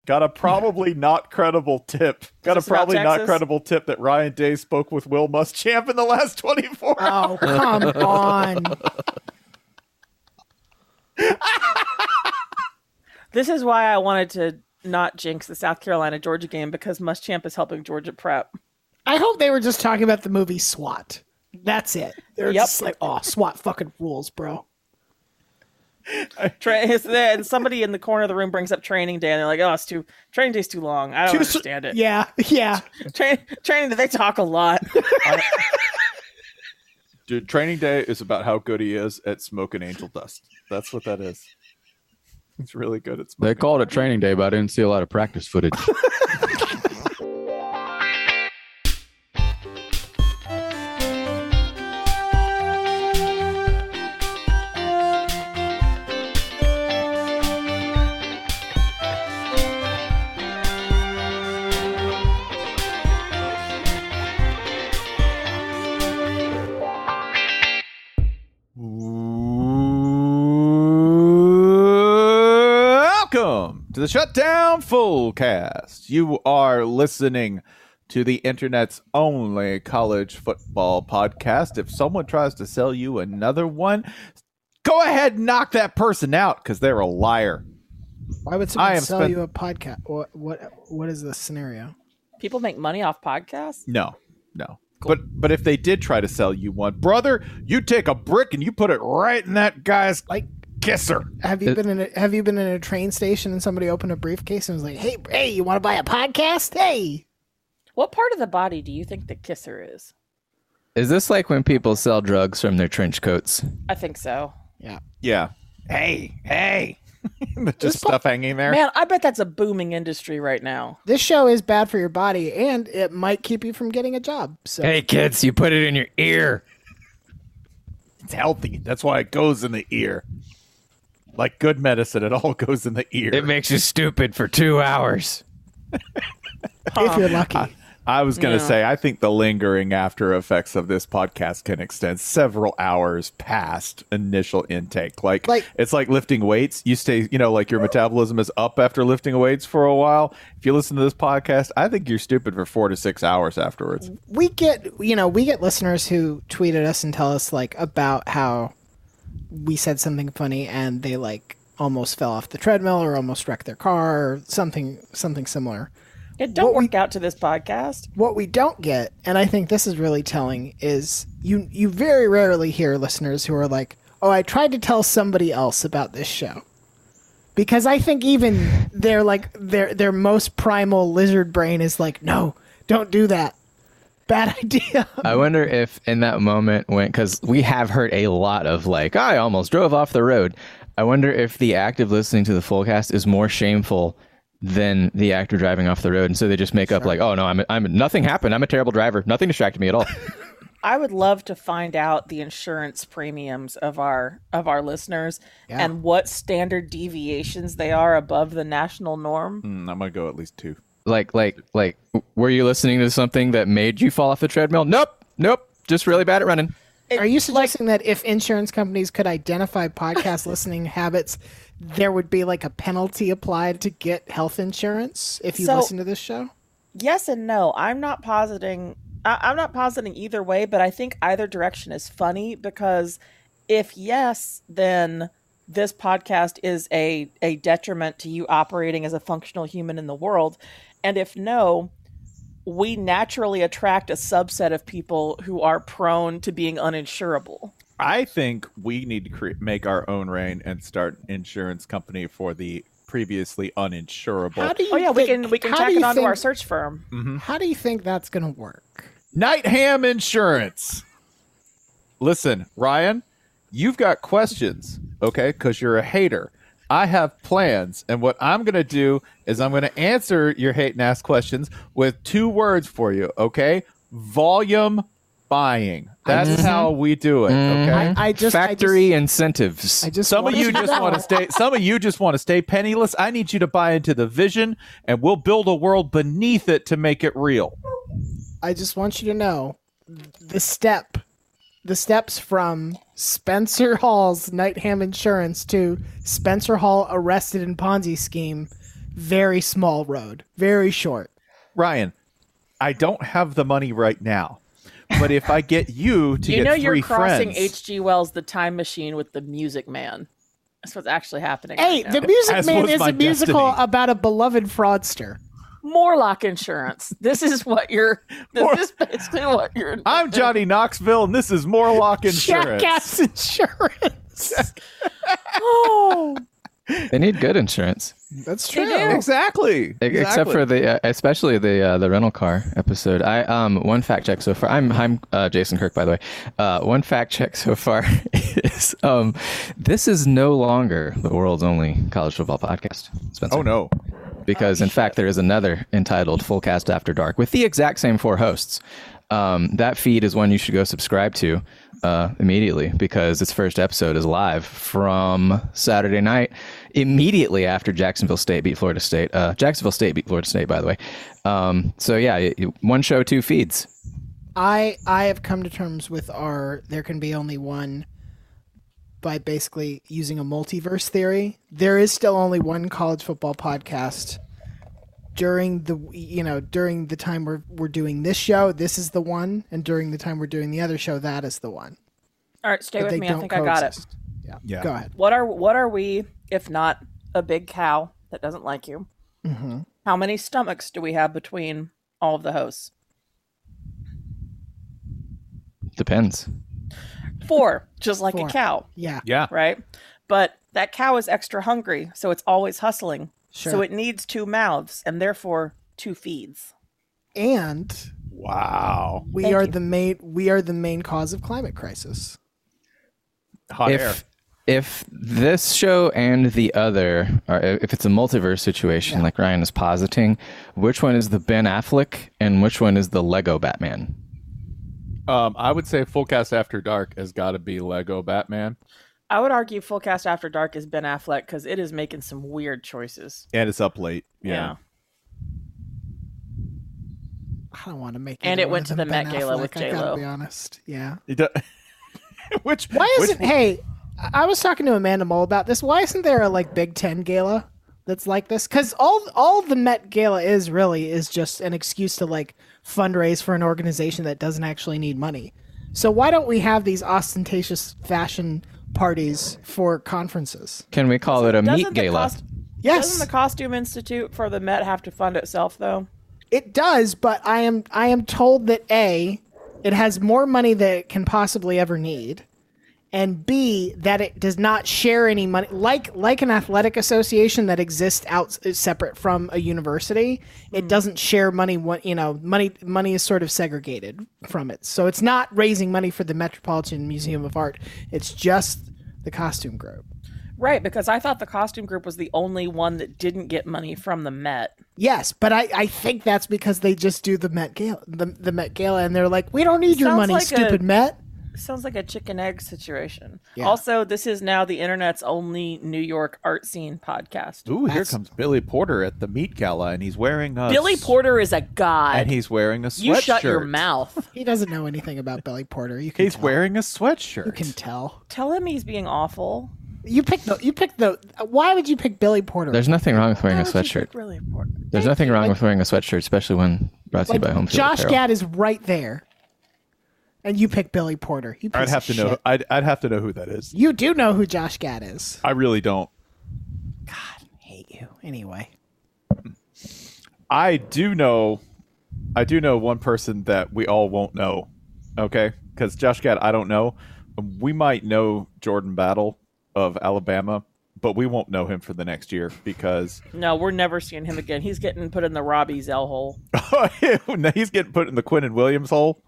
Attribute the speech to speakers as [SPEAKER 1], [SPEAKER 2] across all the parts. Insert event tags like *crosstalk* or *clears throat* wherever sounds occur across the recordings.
[SPEAKER 1] *laughs* Got a probably not credible tip. Got a
[SPEAKER 2] this about
[SPEAKER 1] probably not
[SPEAKER 2] Texas?
[SPEAKER 1] credible tip that Ryan Day spoke with Will Muschamp in the last 24 hours.
[SPEAKER 2] *laughs*
[SPEAKER 3] Oh, come on.
[SPEAKER 2] This is why I wanted to not jinx the South Carolina Georgia game because Muschamp is helping Georgia prep.
[SPEAKER 3] I hope they were just talking about the movie SWAT. That's it. They're
[SPEAKER 2] Yep.
[SPEAKER 3] just like, oh, SWAT fucking rules, bro.
[SPEAKER 2] Tra- *laughs* is there- and somebody in the corner of the room brings up training day, and they're like, "Oh, it's too training day's too long. I don't
[SPEAKER 1] Too s-
[SPEAKER 2] understand it.
[SPEAKER 3] Yeah, yeah.
[SPEAKER 2] Tra- training day, they talk a
[SPEAKER 3] *laughs*
[SPEAKER 2] lot.
[SPEAKER 1] *laughs* Dude, training day is about how good he is at smoking angel dust. That's what that is. He's really good at
[SPEAKER 4] They
[SPEAKER 1] smoking.
[SPEAKER 4] called it training day, but I didn't see a lot of practice footage.
[SPEAKER 1] Welcome to the Shutdown Fullcast. You are listening to the internet's only college football podcast. If someone tries to sell you another one, go ahead and knock that person out because they're a liar.
[SPEAKER 3] Why would
[SPEAKER 1] I
[SPEAKER 3] someone
[SPEAKER 1] have
[SPEAKER 3] sell
[SPEAKER 1] spent-
[SPEAKER 3] you a podcast? What, what What is the scenario?
[SPEAKER 2] People make money off podcasts.
[SPEAKER 1] No, no. But but if they did try to sell you one, brother, you take a brick and you put it right in that guy's like kisser.
[SPEAKER 3] Have you
[SPEAKER 4] It-
[SPEAKER 3] been in a, Have you been in a train station and somebody opened a briefcase and was like, "Hey, hey, you want to buy a podcast? Hey,
[SPEAKER 2] What part of the body do you think the kisser is?
[SPEAKER 5] *laughs* Is this like when people sell drugs from their trench coats?
[SPEAKER 2] I think so.
[SPEAKER 1] Yeah. Hey, *laughs* hey. Just
[SPEAKER 3] po-
[SPEAKER 1] stuff hanging there.
[SPEAKER 2] Man, I bet that's a booming industry right now.
[SPEAKER 3] this show is bad for your body and it might keep you from getting a job." So
[SPEAKER 5] Hey kids, you put it in your ear.
[SPEAKER 1] It's healthy. That's why it goes in the ear. Like good medicine, it all *laughs* goes in the ear.
[SPEAKER 5] It makes you stupid for two hours.
[SPEAKER 3] if you're lucky,
[SPEAKER 1] *laughs* I was going to
[SPEAKER 2] Yeah.
[SPEAKER 1] say, I think the lingering after effects of this podcast can extend several hours past initial intake. Like,
[SPEAKER 3] Like-
[SPEAKER 1] it's like lifting weights. You stay, you know, like your metabolism is up after lifting weights for a while. If you listen to this podcast, I think you're stupid for four to six hours afterwards.
[SPEAKER 3] we get you know we get listeners who tweet at us and tell us like about how we said something funny and they like almost fell off the treadmill or almost wrecked their car or something something similar
[SPEAKER 2] It don't
[SPEAKER 3] What we-
[SPEAKER 2] work out to this podcast.
[SPEAKER 3] what we don't get and i think this is really telling is you you very rarely hear listeners who are like oh i tried to tell somebody else about this show because i think even their like their their most primal lizard brain is like no don't do that bad *laughs* idea
[SPEAKER 5] I wonder if in that moment when, because we have heard a lot of like, I almost drove off the road. I wonder if the act of listening to the full cast is more shameful than the act of driving off the road, and so they just make up like, oh no, I'm I'm nothing happened. I'm a terrible driver. Nothing distracted me at all.
[SPEAKER 2] I would love to find out the insurance premiums of our of our listeners and what standard deviations they are above the national norm.
[SPEAKER 1] Mm, I'm going to go at least two.
[SPEAKER 5] like like like, were you listening to something that made you fall off the treadmill? Nope, nope. Just really bad at running.
[SPEAKER 3] Are you suggesting that if insurance companies could identify *laughs* podcast listening habits, there would be like a penalty applied to get health insurance if you
[SPEAKER 2] So-
[SPEAKER 3] listen to this show?
[SPEAKER 2] Yes and no. I'm not positing. I, I'm not positing either way, but I think either direction is funny because if yes, then this podcast is a a detriment to you operating as a functional human in the world, and if no, we naturally attract a subset of people who are prone to being uninsurable.
[SPEAKER 1] I think we need to cre- make our own reign and start an insurance company for the previously uninsurable.
[SPEAKER 3] How do you
[SPEAKER 2] Oh yeah, we
[SPEAKER 3] think-
[SPEAKER 2] can we can
[SPEAKER 3] how
[SPEAKER 2] tack
[SPEAKER 3] do
[SPEAKER 2] it
[SPEAKER 3] you
[SPEAKER 2] onto our
[SPEAKER 3] think-
[SPEAKER 2] search firm.
[SPEAKER 3] Mm-hmm. How do you think that's going to work?
[SPEAKER 1] Nightham Insurance. Listen, Ryan, you've got questions, okay? Because you're a hater. I have plans, and what I'm going to do is I'm going to answer your hate and ask questions with two words for you, okay? Volume buying. That's
[SPEAKER 3] Mm-hmm.
[SPEAKER 1] how we do it, okay?
[SPEAKER 3] I, I just I just-
[SPEAKER 5] Factory incentives.
[SPEAKER 3] I just,
[SPEAKER 1] Some of
[SPEAKER 3] wanted
[SPEAKER 1] you
[SPEAKER 3] to
[SPEAKER 1] just want
[SPEAKER 2] *laughs*
[SPEAKER 3] know.
[SPEAKER 1] to stay. Some of you just want to stay penniless. I need you to buy into the vision, and we'll build a world beneath it to make it real.
[SPEAKER 3] I just want you to know the step, the steps from Spencer Hall's Nightham Insurance to Spencer Hall arrested in Ponzi scheme very small road, very short.
[SPEAKER 1] Ryan, I don't have the money right now, but if I get you to
[SPEAKER 2] you
[SPEAKER 1] get
[SPEAKER 2] know
[SPEAKER 1] three
[SPEAKER 2] you're crossing
[SPEAKER 1] friends,
[SPEAKER 2] H.G. Wells' The Time Machine with the Music Man. That's what's actually happening.
[SPEAKER 3] Hey,
[SPEAKER 2] right
[SPEAKER 3] The
[SPEAKER 2] now.
[SPEAKER 3] Music
[SPEAKER 1] As
[SPEAKER 3] Man
[SPEAKER 1] was
[SPEAKER 3] is
[SPEAKER 1] my
[SPEAKER 3] a musical
[SPEAKER 1] destiny.
[SPEAKER 3] about a beloved fraudster.
[SPEAKER 2] Morlock Insurance. This is what
[SPEAKER 1] *laughs*
[SPEAKER 2] you're. This
[SPEAKER 1] Mor-
[SPEAKER 2] is basically what you're.
[SPEAKER 1] I'm Johnny Knoxville, and this is Morlock Insurance.
[SPEAKER 3] Jackass *laughs* insurance.
[SPEAKER 2] Oh,
[SPEAKER 5] They need good insurance,
[SPEAKER 3] That's
[SPEAKER 2] They do.
[SPEAKER 1] Exactly.
[SPEAKER 5] E- except
[SPEAKER 1] Exactly.
[SPEAKER 5] for the uh, especially the uh, the rental car episode. I um one fact check so far. I'm I'm uh, Jason Kirk by the way. Uh, one fact check so far *laughs* is um this is no longer the world's only college football podcast. Spencer.
[SPEAKER 1] Oh no.
[SPEAKER 5] because in fact there is another entitled Full Cast After Dark with the exact same four hosts. Um, that feed is one you should go subscribe to uh, immediately because its first episode is live from Saturday night, immediately after Jacksonville State beat Florida State. Uh, Jacksonville State beat Florida State, by the way. Um, so yeah, it- it- one show, two feeds.
[SPEAKER 3] I I have come to terms with our there can be only one by basically using a multiverse theory. There is still only one college football podcast during the you know during the time we're we're doing this show. This is the one, and during the time we're doing the other show, that is the one.
[SPEAKER 2] all right. Stay
[SPEAKER 3] But
[SPEAKER 2] with
[SPEAKER 3] they
[SPEAKER 2] me. I
[SPEAKER 3] don't
[SPEAKER 2] think I got it.
[SPEAKER 3] coexist. Yeah.
[SPEAKER 1] Yeah.
[SPEAKER 3] Go ahead.
[SPEAKER 2] What are what are we if not a big cow that doesn't like you?
[SPEAKER 3] hmm
[SPEAKER 1] Mm-hmm.
[SPEAKER 2] How many stomachs do we have between all of the hosts?
[SPEAKER 5] Depends.
[SPEAKER 2] Four, just like
[SPEAKER 3] Four.
[SPEAKER 2] a cow,
[SPEAKER 3] Yeah.
[SPEAKER 1] Yeah.
[SPEAKER 2] right? But that cow is extra hungry, so it's always hustling.
[SPEAKER 3] Sure.
[SPEAKER 2] So it needs two mouths and therefore two feeds.
[SPEAKER 3] and
[SPEAKER 1] Wow.
[SPEAKER 3] we
[SPEAKER 2] Thank
[SPEAKER 3] are
[SPEAKER 2] you.
[SPEAKER 3] the main we are the main cause of climate crisis.
[SPEAKER 1] Hot
[SPEAKER 5] if
[SPEAKER 1] air.
[SPEAKER 5] if this show and the other or if it's a multiverse situation like Ryan is positing, which one is the Ben Affleck and which one is the Lego Batman?
[SPEAKER 1] Um, I would say Full Cast After Dark has got to be Lego Batman,
[SPEAKER 2] I would argue Full Cast After Dark is Ben Affleck because it is making some weird choices.
[SPEAKER 1] and it's up late. Yeah.
[SPEAKER 3] I don't want to make
[SPEAKER 2] And
[SPEAKER 3] either
[SPEAKER 2] it
[SPEAKER 3] one
[SPEAKER 2] went
[SPEAKER 3] of
[SPEAKER 2] to
[SPEAKER 3] them
[SPEAKER 2] the
[SPEAKER 3] Ben
[SPEAKER 2] Met Gala
[SPEAKER 3] Affleck,
[SPEAKER 2] with
[SPEAKER 3] I gotta
[SPEAKER 2] J-Lo.
[SPEAKER 3] be honest. Yeah.
[SPEAKER 1] It do- *laughs* which
[SPEAKER 3] Why
[SPEAKER 1] which-
[SPEAKER 3] isn't hey? I- I was talking to Amanda Mole about this. Why isn't there a like Big Ten gala that's like this? Because all all the Met Gala is really is just an excuse to like fundraise for an organization that doesn't actually need money. So why don't we have these ostentatious fashion parties for conferences?
[SPEAKER 5] Can we call it a meat
[SPEAKER 2] Doesn't the,
[SPEAKER 5] gala?
[SPEAKER 2] cost-
[SPEAKER 3] Yes,
[SPEAKER 2] doesn't the Costume Institute for the Met have to fund itself, though?
[SPEAKER 3] it does. But I am I am told that a it has more money than it can possibly ever need. and B that it does not share any money like like an athletic association that exists out separate from a university it doesn't share money what you know money money is sort of segregated from it so it's not raising money for the Metropolitan Museum of Art it's just the costume group
[SPEAKER 2] Right, because I thought the costume group was the only one that didn't get money from the Met.
[SPEAKER 3] yes but I, I think that's because they just do the Met Gala the, the Met Gala and they're like we don't need your
[SPEAKER 2] Sounds
[SPEAKER 3] money
[SPEAKER 2] like a-
[SPEAKER 3] stupid Met
[SPEAKER 2] Sounds like a chicken egg situation.
[SPEAKER 3] Yeah.
[SPEAKER 2] Also, this is now the internet's only New York art scene podcast.
[SPEAKER 1] Ooh, here
[SPEAKER 3] That's-
[SPEAKER 1] comes Billy Porter at the meat gala, and he's wearing a
[SPEAKER 2] Billy
[SPEAKER 1] s-
[SPEAKER 2] Porter is a god.
[SPEAKER 1] and he's wearing a sweatshirt.
[SPEAKER 2] you shut your mouth.
[SPEAKER 3] he doesn't know anything about Billy Porter you can
[SPEAKER 1] He's
[SPEAKER 3] tell.
[SPEAKER 1] wearing a
[SPEAKER 3] you
[SPEAKER 1] sweatshirt.
[SPEAKER 3] can tell
[SPEAKER 2] *laughs* Tell him he's being awful.
[SPEAKER 3] you picked the you picked the why would you pick Billy Porter
[SPEAKER 5] There's nothing wrong with wearing a
[SPEAKER 2] That would be
[SPEAKER 5] sweatshirt.
[SPEAKER 2] Really important.
[SPEAKER 5] There's nothing wrong with wearing a sweatshirt, especially when brought to you by Home Field
[SPEAKER 3] Josh
[SPEAKER 5] Apparel.
[SPEAKER 3] Gad is right there, and you pick Billy Porter. You piece
[SPEAKER 1] I'd have to
[SPEAKER 3] of
[SPEAKER 1] know.
[SPEAKER 3] shit.
[SPEAKER 1] I'd, I'd have to know who that is.
[SPEAKER 3] You do know who Josh Gad is.
[SPEAKER 1] I really don't.
[SPEAKER 3] hate you anyway.
[SPEAKER 1] I do know. I do know one person that we all won't know. Okay, because Josh Gad, I don't know. We might know Jordan Battle of Alabama, but we won't know him for the next year because
[SPEAKER 2] No, we're never seeing him again. He's getting put in the Robbie's L hole.
[SPEAKER 1] *laughs* now he's getting put in the Quinn and Williams hole.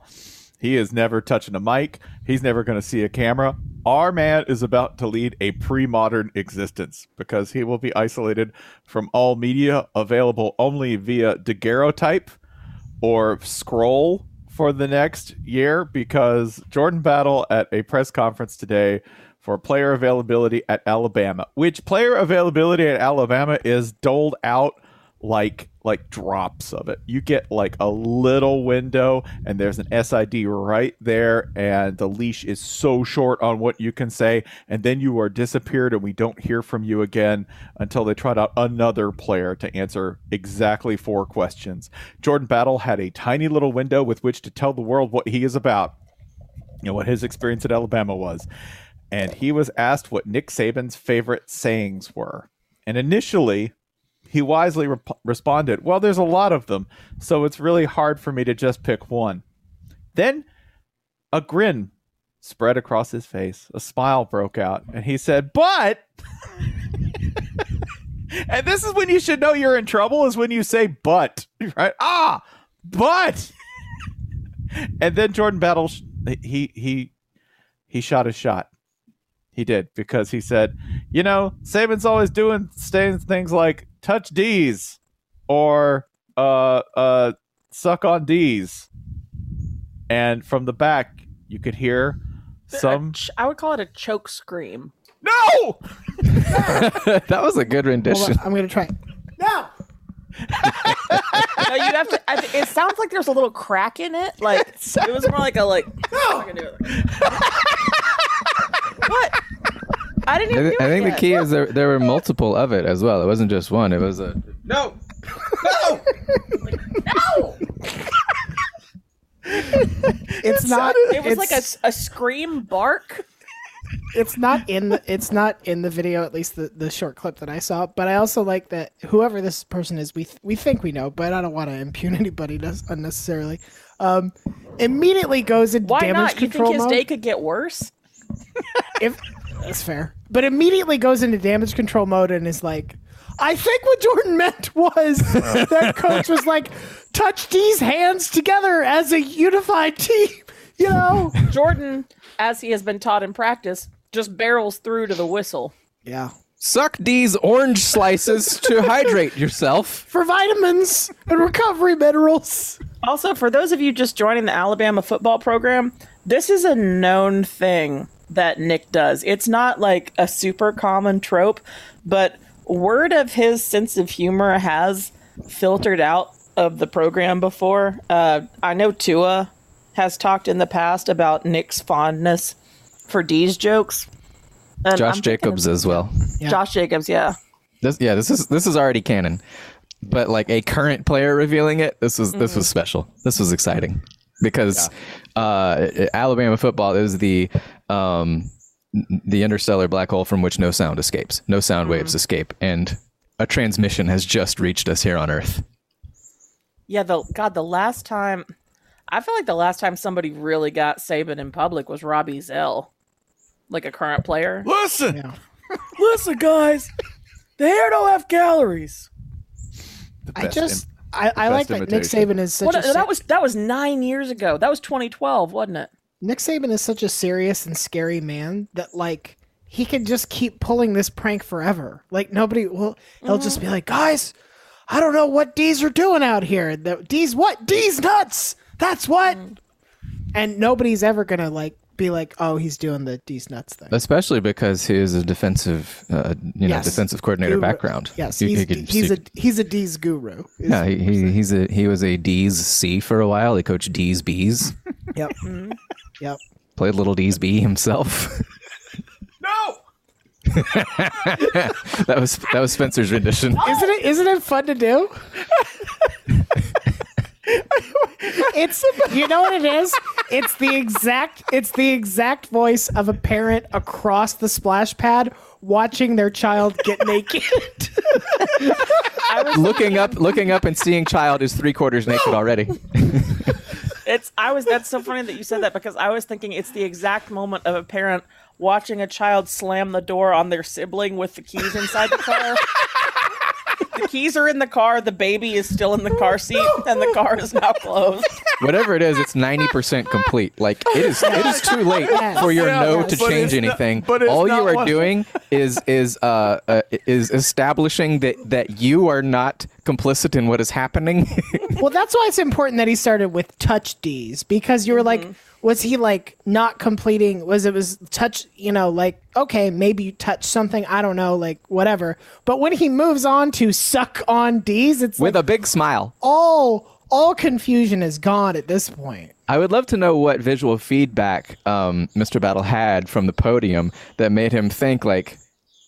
[SPEAKER 1] He is never touching a mic. He's never going to see a camera. Our man is about to lead a pre-modern existence because he will be isolated from all media available only via daguerreotype or scroll for the next year because Jordan Battle at a press conference today for player availability at Alabama, which player availability at Alabama is doled out like like drops of it. You get like a little window, and there's an SID right there, and the leash is so short on what you can say, and then you are disappeared, and we don't hear from you again until they trot out another player to answer exactly four questions. Jordan Battle had a tiny little window with which to tell the world what he is about you know, what his experience at Alabama was. And he was asked what Nick Saban's favorite sayings were. And initially, he wisely rep- responded, Well, there's a lot of them, so it's really hard for me to just pick one. Then a grin spread across his face, a smile broke out, and he said, But. and this is when you should know you're in trouble, is when you say, But, *laughs* right? Ah, but *laughs* and then Jordan Battle, sh- he he he shot his shot. He did because he said, you know, Saban's always doing saying things like touch D's or uh uh suck on D's, and from the back you could hear
[SPEAKER 2] A
[SPEAKER 1] some
[SPEAKER 2] ch- I would call it a choke scream.
[SPEAKER 1] no.
[SPEAKER 5] *laughs* that was a good
[SPEAKER 3] Hold
[SPEAKER 5] rendition.
[SPEAKER 3] on, I'm
[SPEAKER 1] *laughs*
[SPEAKER 3] gonna try. No.
[SPEAKER 2] No, you have to. I, th- it sounds like there's a little crack in it. Like it was more like a like. I'm gonna do it like- what? I didn't
[SPEAKER 5] I,
[SPEAKER 2] even. do
[SPEAKER 5] thi- I
[SPEAKER 2] it
[SPEAKER 5] think the
[SPEAKER 2] yet.
[SPEAKER 5] key is there, there were multiple of it as well. It wasn't just one. It was a
[SPEAKER 3] It's not.
[SPEAKER 2] It was
[SPEAKER 3] it's,
[SPEAKER 2] like a, s- a scream bark.
[SPEAKER 3] It's not in. The, it's not in the video. At least the, the short clip that I saw. But I also like that whoever this person is, we th- we think we know, but I don't want to impugn *laughs* anybody nes- unnecessarily. Um, immediately goes into
[SPEAKER 2] Why
[SPEAKER 3] damage
[SPEAKER 2] not? You
[SPEAKER 3] control
[SPEAKER 2] think his
[SPEAKER 3] mode.
[SPEAKER 2] day could get worse?
[SPEAKER 3] if that's fair. But immediately goes into damage control mode and is like, I think what Jordan meant was that coach was like, touch these hands together as a unified team. You know?
[SPEAKER 2] Jordan, as he has been taught in practice, just barrels through to the whistle.
[SPEAKER 3] Yeah.
[SPEAKER 5] suck these orange slices to hydrate yourself.
[SPEAKER 3] For vitamins and recovery minerals.
[SPEAKER 2] Also, for those of you just joining the Alabama football program, this is a known thing that Nick does. It's not like a super common trope, but word of his sense of humor has filtered out of the program before. Uh, I know Tua has talked in the past about Nick's fondness for D's jokes. And
[SPEAKER 5] Josh
[SPEAKER 2] I'm thinking of-
[SPEAKER 5] Jacobs as well.
[SPEAKER 2] Josh Jacobs, yeah.
[SPEAKER 5] This, yeah, this is this is already canon, but like a current player revealing it, this was this
[SPEAKER 3] Mm-hmm.
[SPEAKER 5] was special. This was exciting because uh, Alabama football is the um, the interstellar black hole from which no sound escapes, no sound
[SPEAKER 3] Mm-hmm.
[SPEAKER 5] waves escape, and a transmission has just reached us here on Earth.
[SPEAKER 2] Yeah, the God, the last time I feel like the last time somebody really got Saban in public was Robbie Zell. Like a current player.
[SPEAKER 1] Listen,
[SPEAKER 2] Listen, guys, the hair don't have calories.
[SPEAKER 1] the
[SPEAKER 3] I
[SPEAKER 1] best
[SPEAKER 3] just
[SPEAKER 1] im-
[SPEAKER 3] I, I
[SPEAKER 1] best
[SPEAKER 3] like that Nick
[SPEAKER 1] imitation.
[SPEAKER 3] Saban is such
[SPEAKER 2] Well,
[SPEAKER 3] a
[SPEAKER 2] no,
[SPEAKER 3] se-
[SPEAKER 2] that was that was nine years ago. That was 2012, wasn't it?
[SPEAKER 3] Nick Saban is such a serious and scary man that like he can just keep pulling this prank forever. Like nobody will he'll just be like, guys, I don't know what D's are doing out here. The, D's what? D's nuts. That's what. And nobody's ever gonna like be like, oh, he's doing the D's nuts thing.
[SPEAKER 5] Especially because he is a defensive, uh, you know,
[SPEAKER 3] Yes.
[SPEAKER 5] defensive coordinator
[SPEAKER 3] Guru.
[SPEAKER 5] background.
[SPEAKER 3] Yes,
[SPEAKER 5] You-
[SPEAKER 3] he's,
[SPEAKER 5] you could
[SPEAKER 3] he's
[SPEAKER 5] see-
[SPEAKER 3] a he's a D's guru. Is-
[SPEAKER 5] yeah, he, he, he's a he was a D's C for a while. He coached D's B's,
[SPEAKER 3] Yep. Yep.
[SPEAKER 5] played little D's B himself.
[SPEAKER 1] no.
[SPEAKER 5] *laughs* that was that was Spencer's rendition.
[SPEAKER 3] Isn't it isn't it fun to do? it's you know what it is? It's the exact it's the exact voice of a parent across the splash pad watching their child get naked.
[SPEAKER 5] looking up, looking up, and seeing child is three quarters naked already.
[SPEAKER 2] It's I was that's so funny that you said that because I was thinking it's the exact moment of a parent watching a child slam the door on their sibling with the keys inside the *laughs* car. the keys are in the car, the baby is still in the car seat, and the car is now closed.
[SPEAKER 5] Whatever it is, it's ninety percent complete. Like it is, it is too late
[SPEAKER 3] Yes.
[SPEAKER 5] for your
[SPEAKER 1] Yeah,
[SPEAKER 5] no to
[SPEAKER 1] but
[SPEAKER 5] change
[SPEAKER 1] it's not-
[SPEAKER 5] anything.
[SPEAKER 1] but it's
[SPEAKER 5] all you
[SPEAKER 1] not
[SPEAKER 5] are
[SPEAKER 1] one-
[SPEAKER 5] doing is is uh, uh is establishing that that you are not complicit in what is happening. *laughs*
[SPEAKER 3] well, that's why it's important that he started with touch D's because you were like, was he like not completing? Was it was touch? You know, like okay, maybe you touch something. I don't know, like whatever. But when he moves on to suck on D's, it's
[SPEAKER 5] With
[SPEAKER 3] like
[SPEAKER 5] a big smile.
[SPEAKER 3] all all confusion is gone at this point.
[SPEAKER 5] I would love to know what visual feedback um, Mr. Battle had from the podium that made him think like,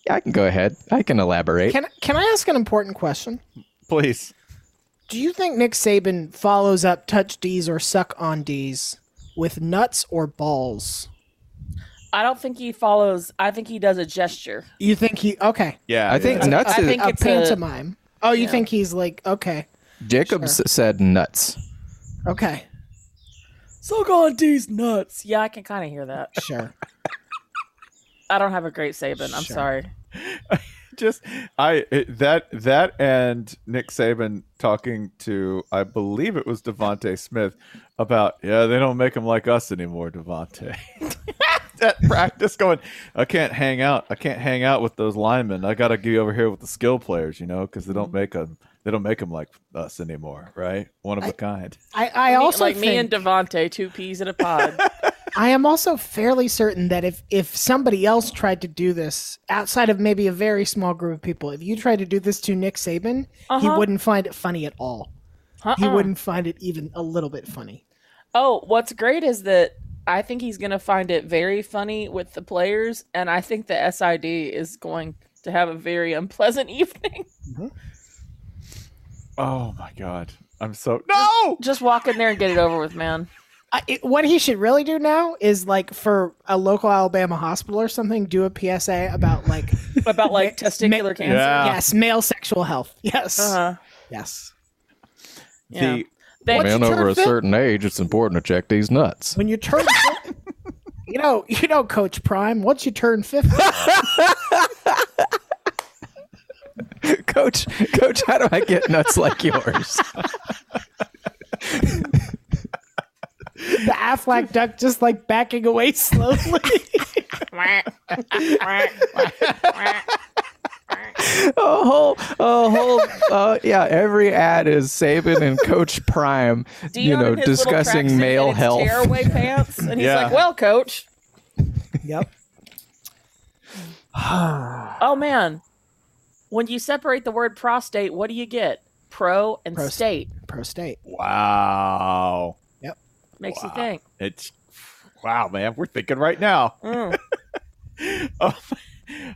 [SPEAKER 5] yeah, I can go ahead. I can elaborate.
[SPEAKER 3] Can can I ask an important question?
[SPEAKER 1] Please.
[SPEAKER 3] Do you think Nick Saban follows up touch D's or suck on D's with nuts or balls?
[SPEAKER 2] I don't think he follows. I think he does a gesture.
[SPEAKER 3] You think he okay?
[SPEAKER 1] Yeah.
[SPEAKER 5] I think
[SPEAKER 1] yeah.
[SPEAKER 5] nuts
[SPEAKER 2] I
[SPEAKER 5] is,
[SPEAKER 2] think
[SPEAKER 3] a
[SPEAKER 2] it's a-
[SPEAKER 3] pantomime. oh, you think he's like okay,
[SPEAKER 5] Jacobs said nuts.
[SPEAKER 3] okay,
[SPEAKER 2] So on D's nuts. Yeah, I can kind of hear that.
[SPEAKER 3] sure.
[SPEAKER 2] I don't have a great Saban. I'm
[SPEAKER 3] Sure.
[SPEAKER 2] sorry.
[SPEAKER 1] just I it, that that and Nick Saban talking to I believe it was Devonte Smith about yeah they don't make them like us anymore *laughs* Devonte. At practice, going, I can't hang out. I can't hang out with those linemen. I got to be over here with the skill players, you know, because they don't make them. They don't make them like us anymore, right? One of a kind.
[SPEAKER 3] I, I also
[SPEAKER 2] like *laughs*
[SPEAKER 3] think,
[SPEAKER 2] me and Devonte, two peas in a *laughs* pod.
[SPEAKER 3] I am also fairly certain that if if somebody else tried to do this outside of maybe a very small group of people, if you tried to do this to Nick Saban, he
[SPEAKER 2] Uh-huh.
[SPEAKER 3] wouldn't find it funny at all. He
[SPEAKER 2] Uh-uh.
[SPEAKER 3] wouldn't find it even a little bit funny.
[SPEAKER 2] Oh, what's great is that I think he's going to find it very funny with the players, and I think the SID is going to have a very unpleasant *laughs* evening.
[SPEAKER 1] Oh my god, I'm so no.
[SPEAKER 2] Just walk in there and get it over with, man.
[SPEAKER 3] I, it, what he should really do now is like for a local Alabama hospital or something, do a PSA about like
[SPEAKER 2] About like
[SPEAKER 3] *laughs* Ma-
[SPEAKER 2] testicular
[SPEAKER 3] ma-
[SPEAKER 2] cancer.
[SPEAKER 1] Yeah.
[SPEAKER 3] yes, male sexual health. Yes,
[SPEAKER 2] Uh-huh.
[SPEAKER 3] yes.
[SPEAKER 2] Yeah.
[SPEAKER 1] The
[SPEAKER 2] They-
[SPEAKER 3] What's
[SPEAKER 5] uh,
[SPEAKER 4] Man
[SPEAKER 3] your
[SPEAKER 4] over a
[SPEAKER 3] fit?
[SPEAKER 4] certain age, it's important to check these nuts.
[SPEAKER 3] When you turn, *laughs* you know, you know, Coach Prime. Once you turn fifty,
[SPEAKER 5] *laughs* coach, coach, how do I get nuts like yours?
[SPEAKER 3] the Aflac duck just like backing away *laughs* slowly.
[SPEAKER 5] *laughs* a whole, a whole, uh, yeah. Every ad is Saban and Coach Prime,
[SPEAKER 2] Dion
[SPEAKER 5] you know,
[SPEAKER 2] in his little tracksuit
[SPEAKER 5] discussing
[SPEAKER 2] and
[SPEAKER 5] male
[SPEAKER 2] his
[SPEAKER 5] health.
[SPEAKER 2] Tearaway
[SPEAKER 5] *laughs*
[SPEAKER 2] pants, and he's
[SPEAKER 1] Yeah.
[SPEAKER 2] like, "Well, coach."
[SPEAKER 3] yep.
[SPEAKER 2] Oh man, when you separate the word prostate, what do you get? Pro and
[SPEAKER 3] Prost-
[SPEAKER 2] state
[SPEAKER 3] Pro state.
[SPEAKER 1] wow,
[SPEAKER 2] makes you
[SPEAKER 1] Wow.
[SPEAKER 2] think.
[SPEAKER 1] it's wow, man. We're thinking right now.
[SPEAKER 2] Mm.
[SPEAKER 1] oh,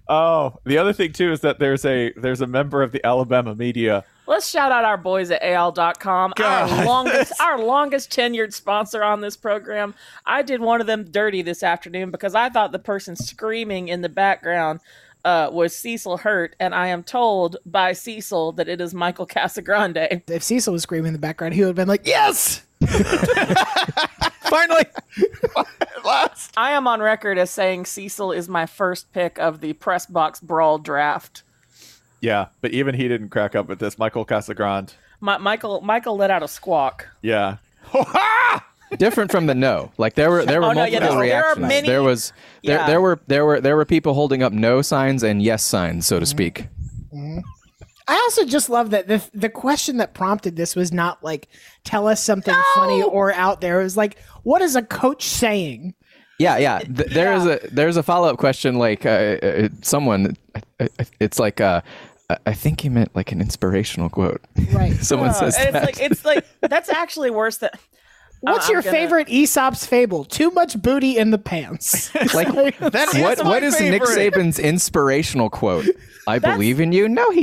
[SPEAKER 1] oh, the other thing too is that there's a there's a member of the Alabama media.
[SPEAKER 2] Let's shout out our boys at AL.com, our
[SPEAKER 1] God.
[SPEAKER 2] longest our longest tenured sponsor on this program. I did one of them dirty this afternoon because I thought the person screaming in the background uh, was Cecil Hurt, and I am told by Cecil that it is Michael Casagrande.
[SPEAKER 3] If Cecil was screaming in the background, he would have been like, "Yes."
[SPEAKER 5] Finally,
[SPEAKER 1] Last,
[SPEAKER 2] I am on record as saying Cecil is my first pick of the press box brawl draft.
[SPEAKER 1] yeah, but even he didn't crack up at this. Michael Casagrande,
[SPEAKER 2] My, Michael Michael let out a squawk.
[SPEAKER 1] yeah, *laughs* Ha!
[SPEAKER 5] different from the no. Like there were there were
[SPEAKER 2] Oh, no, yeah,
[SPEAKER 5] multiple
[SPEAKER 2] there- there are
[SPEAKER 5] reactions. There,
[SPEAKER 2] many-
[SPEAKER 5] was there,
[SPEAKER 2] Yeah.
[SPEAKER 5] there were there were there were people holding up no signs and yes signs, so to
[SPEAKER 2] Mm-hmm.
[SPEAKER 5] speak.
[SPEAKER 3] I also just love that the the question that prompted this was not like, "Tell us something funny or out there." It was like, "What is a coach saying?"
[SPEAKER 5] Yeah,
[SPEAKER 2] *laughs*
[SPEAKER 5] yeah. Th- there is a there's a follow up question like uh, uh, someone. uh, uh, It's like uh, I- I think he meant like an inspirational quote. *laughs*
[SPEAKER 3] Right.
[SPEAKER 5] someone
[SPEAKER 2] Uh,
[SPEAKER 5] says
[SPEAKER 2] and
[SPEAKER 5] that.
[SPEAKER 2] it's like it's like that's actually worse than
[SPEAKER 3] *laughs* What's
[SPEAKER 2] I'm
[SPEAKER 3] your
[SPEAKER 2] gonna-
[SPEAKER 3] favorite Aesop's fable? Too much booty in
[SPEAKER 2] *laughs*
[SPEAKER 3] the pants.
[SPEAKER 5] *laughs* like
[SPEAKER 1] That is
[SPEAKER 5] what
[SPEAKER 1] my
[SPEAKER 5] what is Nick
[SPEAKER 1] favorite.
[SPEAKER 5] Saban's inspirational quote? I believe in you. No, he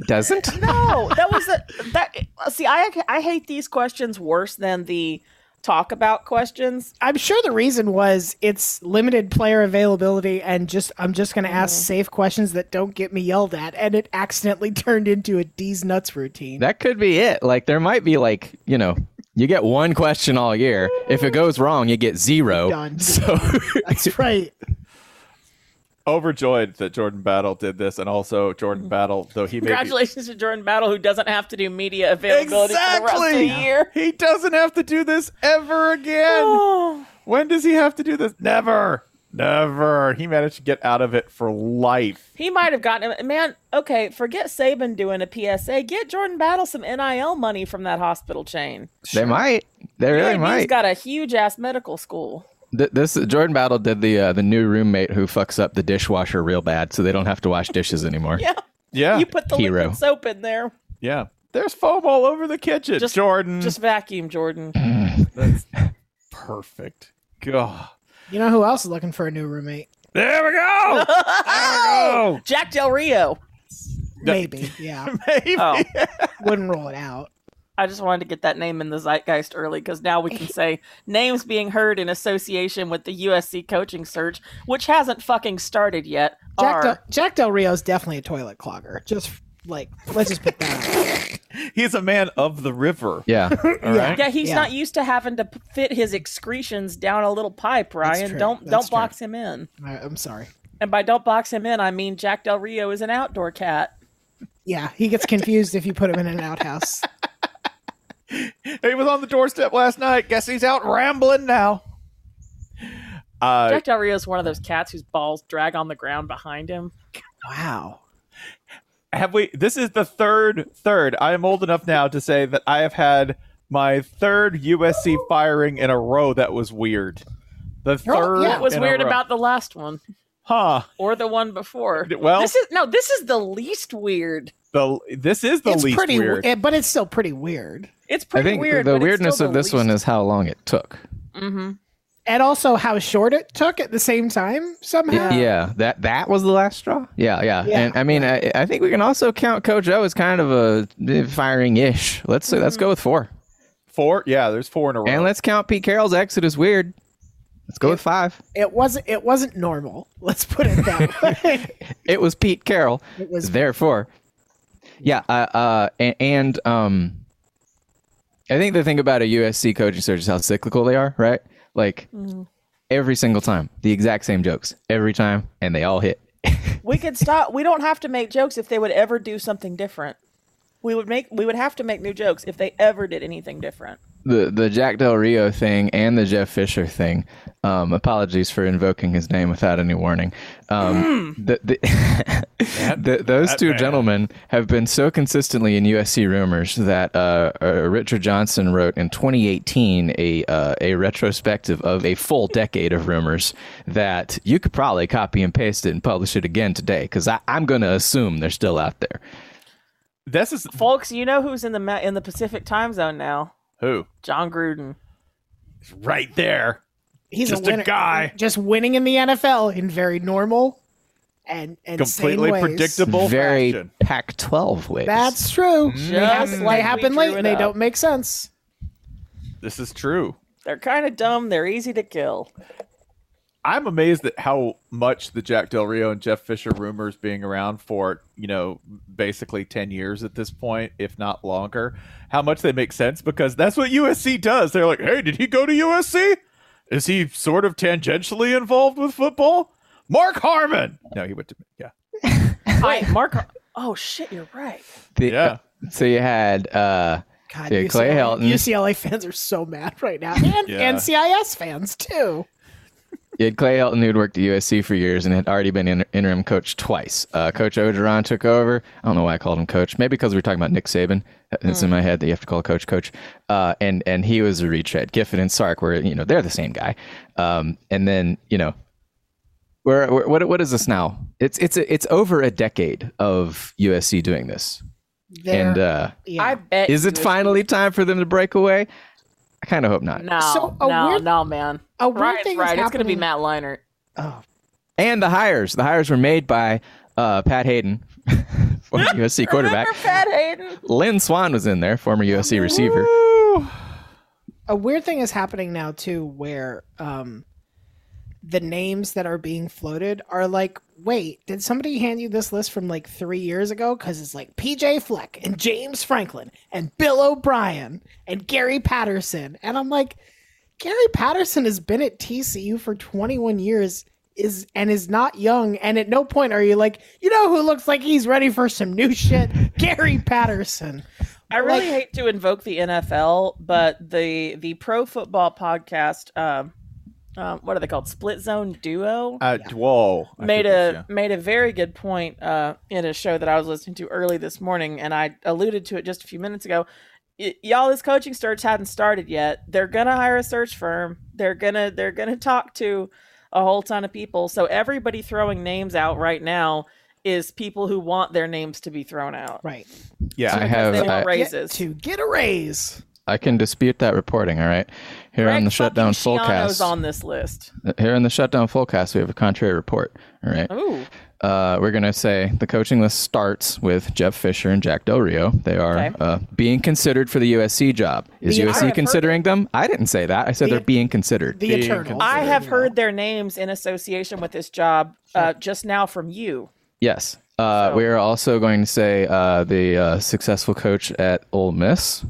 [SPEAKER 2] *laughs*
[SPEAKER 5] doesn't.
[SPEAKER 2] no, oh, that was a, that. See, I I hate these questions worse than the talk about questions.
[SPEAKER 3] I'm sure the reason was it's limited player availability, and just I'm just going to ask safe questions that don't get me yelled at, and it accidentally *laughs* turned into a D's nuts routine.
[SPEAKER 5] That could be it. Like there might be like you know. You get one question all year. If it goes wrong, you get
[SPEAKER 2] *laughs*
[SPEAKER 5] zero.
[SPEAKER 3] Done. *laughs*
[SPEAKER 5] So
[SPEAKER 3] That's right.
[SPEAKER 1] Overjoyed that Jordan Battle did this, and also Jordan Battle, though he may be-
[SPEAKER 2] Congratulations to Jordan Battle, who doesn't have to do media availability for the rest of
[SPEAKER 1] exactly
[SPEAKER 2] the year. *sighs*
[SPEAKER 1] he doesn't have to do this ever again.
[SPEAKER 2] Oh,
[SPEAKER 1] When does he have to do this? Never. Never. He managed to get out of it for life.
[SPEAKER 2] He might have gotten him. Man, okay, forget Saban doing a PSA. Get Jordan Battle some NIL money from that hospital chain.
[SPEAKER 5] *laughs* They might. They really
[SPEAKER 2] He's
[SPEAKER 5] might.
[SPEAKER 2] got a huge ass medical school.
[SPEAKER 5] Th- this Jordan Battle did the uh, the new roommate who fucks up the dishwasher real bad, so they don't have to wash dishes anymore.
[SPEAKER 2] Yeah.
[SPEAKER 1] Yeah.
[SPEAKER 2] You put the
[SPEAKER 5] Hero.
[SPEAKER 2] liquid soap in there.
[SPEAKER 1] yeah. There's foam all over the kitchen.
[SPEAKER 2] Just-
[SPEAKER 5] Hmm.
[SPEAKER 1] Jordan.
[SPEAKER 2] Just vacuum, Jordan.
[SPEAKER 1] That's perfect. God.
[SPEAKER 3] You know who else is looking for a new roommate?
[SPEAKER 1] There we go.
[SPEAKER 2] Oh,
[SPEAKER 1] go.
[SPEAKER 2] Jack Del Rio.
[SPEAKER 1] No.
[SPEAKER 3] Maybe. Yeah.
[SPEAKER 2] *laughs*
[SPEAKER 1] Maybe.
[SPEAKER 2] Oh,
[SPEAKER 3] Wouldn't rule it out.
[SPEAKER 2] I just wanted to get that name in the zeitgeist early because now we can say names being heard in association with the USC coaching search, which hasn't fucking started yet.
[SPEAKER 3] Jack
[SPEAKER 2] are-
[SPEAKER 3] Del, Jack Del Rio's definitely a toilet clogger. Just like let's just put that. Out. *laughs*
[SPEAKER 1] He's a man of the river.
[SPEAKER 2] *laughs*
[SPEAKER 5] Yeah.
[SPEAKER 1] All right.
[SPEAKER 2] Yeah, he's
[SPEAKER 3] Yeah.
[SPEAKER 2] not used to having to p- fit his excretions down a little pipe, Ryan.
[SPEAKER 3] true.
[SPEAKER 2] Don't
[SPEAKER 3] That's
[SPEAKER 2] don't
[SPEAKER 3] true.
[SPEAKER 2] box him in.
[SPEAKER 3] I, I'm sorry.
[SPEAKER 2] And by don't box him in, I mean Jack Del Rio is an outdoor cat.
[SPEAKER 3] Yeah, he gets confused if you put him in an outhouse.
[SPEAKER 1] He was on the doorstep last night. Guess he's out rambling now. Uh,
[SPEAKER 2] Jack Del Rio is one of those cats whose balls drag on the ground behind him.
[SPEAKER 3] Wow.
[SPEAKER 1] have we this is the third third i am old enough now to say that i have had my third usc firing in a row that was weird the
[SPEAKER 3] Oh,
[SPEAKER 1] third
[SPEAKER 3] yeah.
[SPEAKER 2] What was
[SPEAKER 1] in a
[SPEAKER 2] weird
[SPEAKER 1] row.
[SPEAKER 2] about the last one
[SPEAKER 1] huh
[SPEAKER 2] or the one before?
[SPEAKER 1] well
[SPEAKER 2] this is no, this is the least weird.
[SPEAKER 1] the this is the
[SPEAKER 3] it's
[SPEAKER 1] least
[SPEAKER 3] pretty
[SPEAKER 1] weird
[SPEAKER 3] eh, but it's still pretty weird.
[SPEAKER 2] It's
[SPEAKER 5] I
[SPEAKER 2] pretty
[SPEAKER 5] think
[SPEAKER 2] weird.
[SPEAKER 5] the weirdness of this one is how long it took.
[SPEAKER 3] Mm-hmm.
[SPEAKER 2] hmm
[SPEAKER 3] And also how short it took at the same time somehow.
[SPEAKER 5] Yeah. that that was the last straw. Yeah, yeah.
[SPEAKER 3] Yeah.
[SPEAKER 5] And I mean, I, I think we can also count Coach O as kind of a firing ish. Let's say let's go with four,
[SPEAKER 1] four yeah there's four in a row
[SPEAKER 5] and let's count Pete Carroll's exit as weird. Let's go with five.
[SPEAKER 3] It wasn't it wasn't normal. Let's put it that way.
[SPEAKER 5] It was Pete Carroll.
[SPEAKER 3] it was
[SPEAKER 5] therefore yeah uh, uh and, and um i think the thing about a usc coaching search is how cyclical they are right like
[SPEAKER 3] Mm.
[SPEAKER 5] every single time the exact same jokes every time and they all hit
[SPEAKER 2] We could stop. We don't have to make jokes if they would ever do something different. We would make. We would have to make new jokes if they ever did anything different.
[SPEAKER 5] the the jack del rio thing and the jeff fisher thing um apologies for invoking his name without any warning um the, the, *laughs* the, those
[SPEAKER 1] that
[SPEAKER 5] two
[SPEAKER 1] man.
[SPEAKER 5] gentlemen have been so consistently in usc rumors that uh, uh richard johnson wrote in 2018 a uh, a retrospective of a full decade of rumors that you could probably copy and paste it and publish it again today because i'm gonna assume they're still out there
[SPEAKER 1] this is
[SPEAKER 2] Folks, you know who's in the ma- in the Pacific time zone now?
[SPEAKER 1] who
[SPEAKER 2] John Gruden.
[SPEAKER 1] It's right there
[SPEAKER 3] he's
[SPEAKER 1] just
[SPEAKER 3] a,
[SPEAKER 1] a
[SPEAKER 3] winner.
[SPEAKER 1] guy.
[SPEAKER 3] Just winning in the NFL in very normal and and sane
[SPEAKER 1] completely
[SPEAKER 3] ways.
[SPEAKER 1] predictable
[SPEAKER 5] very
[SPEAKER 1] fashion.
[SPEAKER 5] pac 12 ways
[SPEAKER 3] That's true. They, hap-
[SPEAKER 2] Just
[SPEAKER 3] they
[SPEAKER 2] like we
[SPEAKER 3] happen
[SPEAKER 2] drew
[SPEAKER 3] late
[SPEAKER 2] it
[SPEAKER 3] and they
[SPEAKER 2] up.
[SPEAKER 3] don't make sense.
[SPEAKER 1] this is true
[SPEAKER 2] They're kind of dumb. They're easy to kill.
[SPEAKER 1] I'm amazed at how much the Jack Del Rio and Jeff Fisher rumors being around for, you know, basically 10 years at this point, if not longer, how much they make sense because that's what USC does. They're like, hey, did he go to USC? Is he sort of tangentially involved with football? Mark Harmon. No, he went to, yeah.
[SPEAKER 2] Wait, Mark. Oh shit, you're right.
[SPEAKER 5] The- uh,
[SPEAKER 1] Yeah.
[SPEAKER 5] so you had uh
[SPEAKER 3] God,
[SPEAKER 5] Yeah, Clay
[SPEAKER 3] UCLA,
[SPEAKER 5] Helton.
[SPEAKER 3] UCLA fans are so mad right now, and,
[SPEAKER 1] Yeah.
[SPEAKER 3] and CIS fans too.
[SPEAKER 5] You had Clay Helton, who'd worked at USC for years and had already been in, interim coach twice. Uh, coach Ogeron took over. I don't know why I called him coach. Maybe because we were talking about Nick Saban. It's in my head that you have to call coach coach. Uh, and and he was a retread. Giffen and Sark were you know they're the same guy. Um, and then you know, where, where what what is this now? It's it's it's over a decade of USC doing this.
[SPEAKER 3] They're-
[SPEAKER 5] And uh,
[SPEAKER 3] yeah.
[SPEAKER 2] I bet.
[SPEAKER 5] is it
[SPEAKER 2] you-
[SPEAKER 5] finally time for them to break away? I kind of hope not.
[SPEAKER 2] No,
[SPEAKER 3] So, a
[SPEAKER 2] no,
[SPEAKER 3] weird-
[SPEAKER 2] no, man.
[SPEAKER 3] a weird
[SPEAKER 2] Ryan's
[SPEAKER 3] thing is
[SPEAKER 2] right. It's gonna be
[SPEAKER 3] happening-
[SPEAKER 2] Matt Leinart.
[SPEAKER 3] oh,
[SPEAKER 5] and the hires. The hires were made by uh, Pat Hayden, *laughs*
[SPEAKER 2] *laughs*
[SPEAKER 5] former USC quarterback.
[SPEAKER 2] Remember Pat Hayden?
[SPEAKER 5] Lynn Swan was in there, former USC receiver.
[SPEAKER 3] a weird thing is happening now too, where um, the names that are being floated are like, wait, did somebody hand you this list from like three years ago? Because it's like PJ Fleck and James Franklin and Bill O'Brien and Gary Patterson, and I'm like, Gary Patterson has been at TCU for 21 years. Is and is not young, and at no point are you like, you know, who looks like he's ready for some new shit, Gary Patterson.
[SPEAKER 2] I really
[SPEAKER 3] Like-
[SPEAKER 2] hate to invoke the NFL, but the the Pro Football Podcast um, um, what are they called? Split Zone Duo.
[SPEAKER 1] Uh, Whoa. I
[SPEAKER 2] made
[SPEAKER 1] think
[SPEAKER 2] a
[SPEAKER 1] it's-
[SPEAKER 2] made a very good point uh, in a show that I was listening to early this morning, and I alluded to it just a few minutes ago. Y- y'all, this coaching search hadn't started yet. They're gonna hire a search firm. They're gonna they're gonna talk to a whole ton of people. So everybody throwing names out right now is people who want their names to be thrown out.
[SPEAKER 3] Right.
[SPEAKER 1] yeah.
[SPEAKER 5] I
[SPEAKER 2] *laughs*
[SPEAKER 1] yeah.
[SPEAKER 5] have
[SPEAKER 2] They want
[SPEAKER 5] I,
[SPEAKER 2] raises.
[SPEAKER 3] Get to get a raise.
[SPEAKER 5] I can dispute that reporting. All right, here
[SPEAKER 2] Greg
[SPEAKER 5] on
[SPEAKER 2] fucking
[SPEAKER 5] the shutdown
[SPEAKER 2] Schiano's
[SPEAKER 5] fullcast,
[SPEAKER 2] on this list.
[SPEAKER 5] here on the shutdown fullcast, we have a contrary report. All right,
[SPEAKER 2] Ooh,
[SPEAKER 5] uh, we're gonna say the coaching list starts with Jeff Fisher and Jack Del Rio. They are
[SPEAKER 2] Okay.
[SPEAKER 5] uh, being considered for the USC job. Is
[SPEAKER 3] The- I have
[SPEAKER 5] USC
[SPEAKER 3] heard-
[SPEAKER 5] considering them? I didn't say that. I said
[SPEAKER 3] The-
[SPEAKER 5] they're being considered.
[SPEAKER 3] The
[SPEAKER 1] Being
[SPEAKER 3] Eternal.
[SPEAKER 2] I have
[SPEAKER 3] *laughs*
[SPEAKER 2] heard their names in association with this job uh, just now from you.
[SPEAKER 5] yes. Uh,
[SPEAKER 2] So-
[SPEAKER 5] We are also going to say uh, the uh, successful coach at Ole Miss,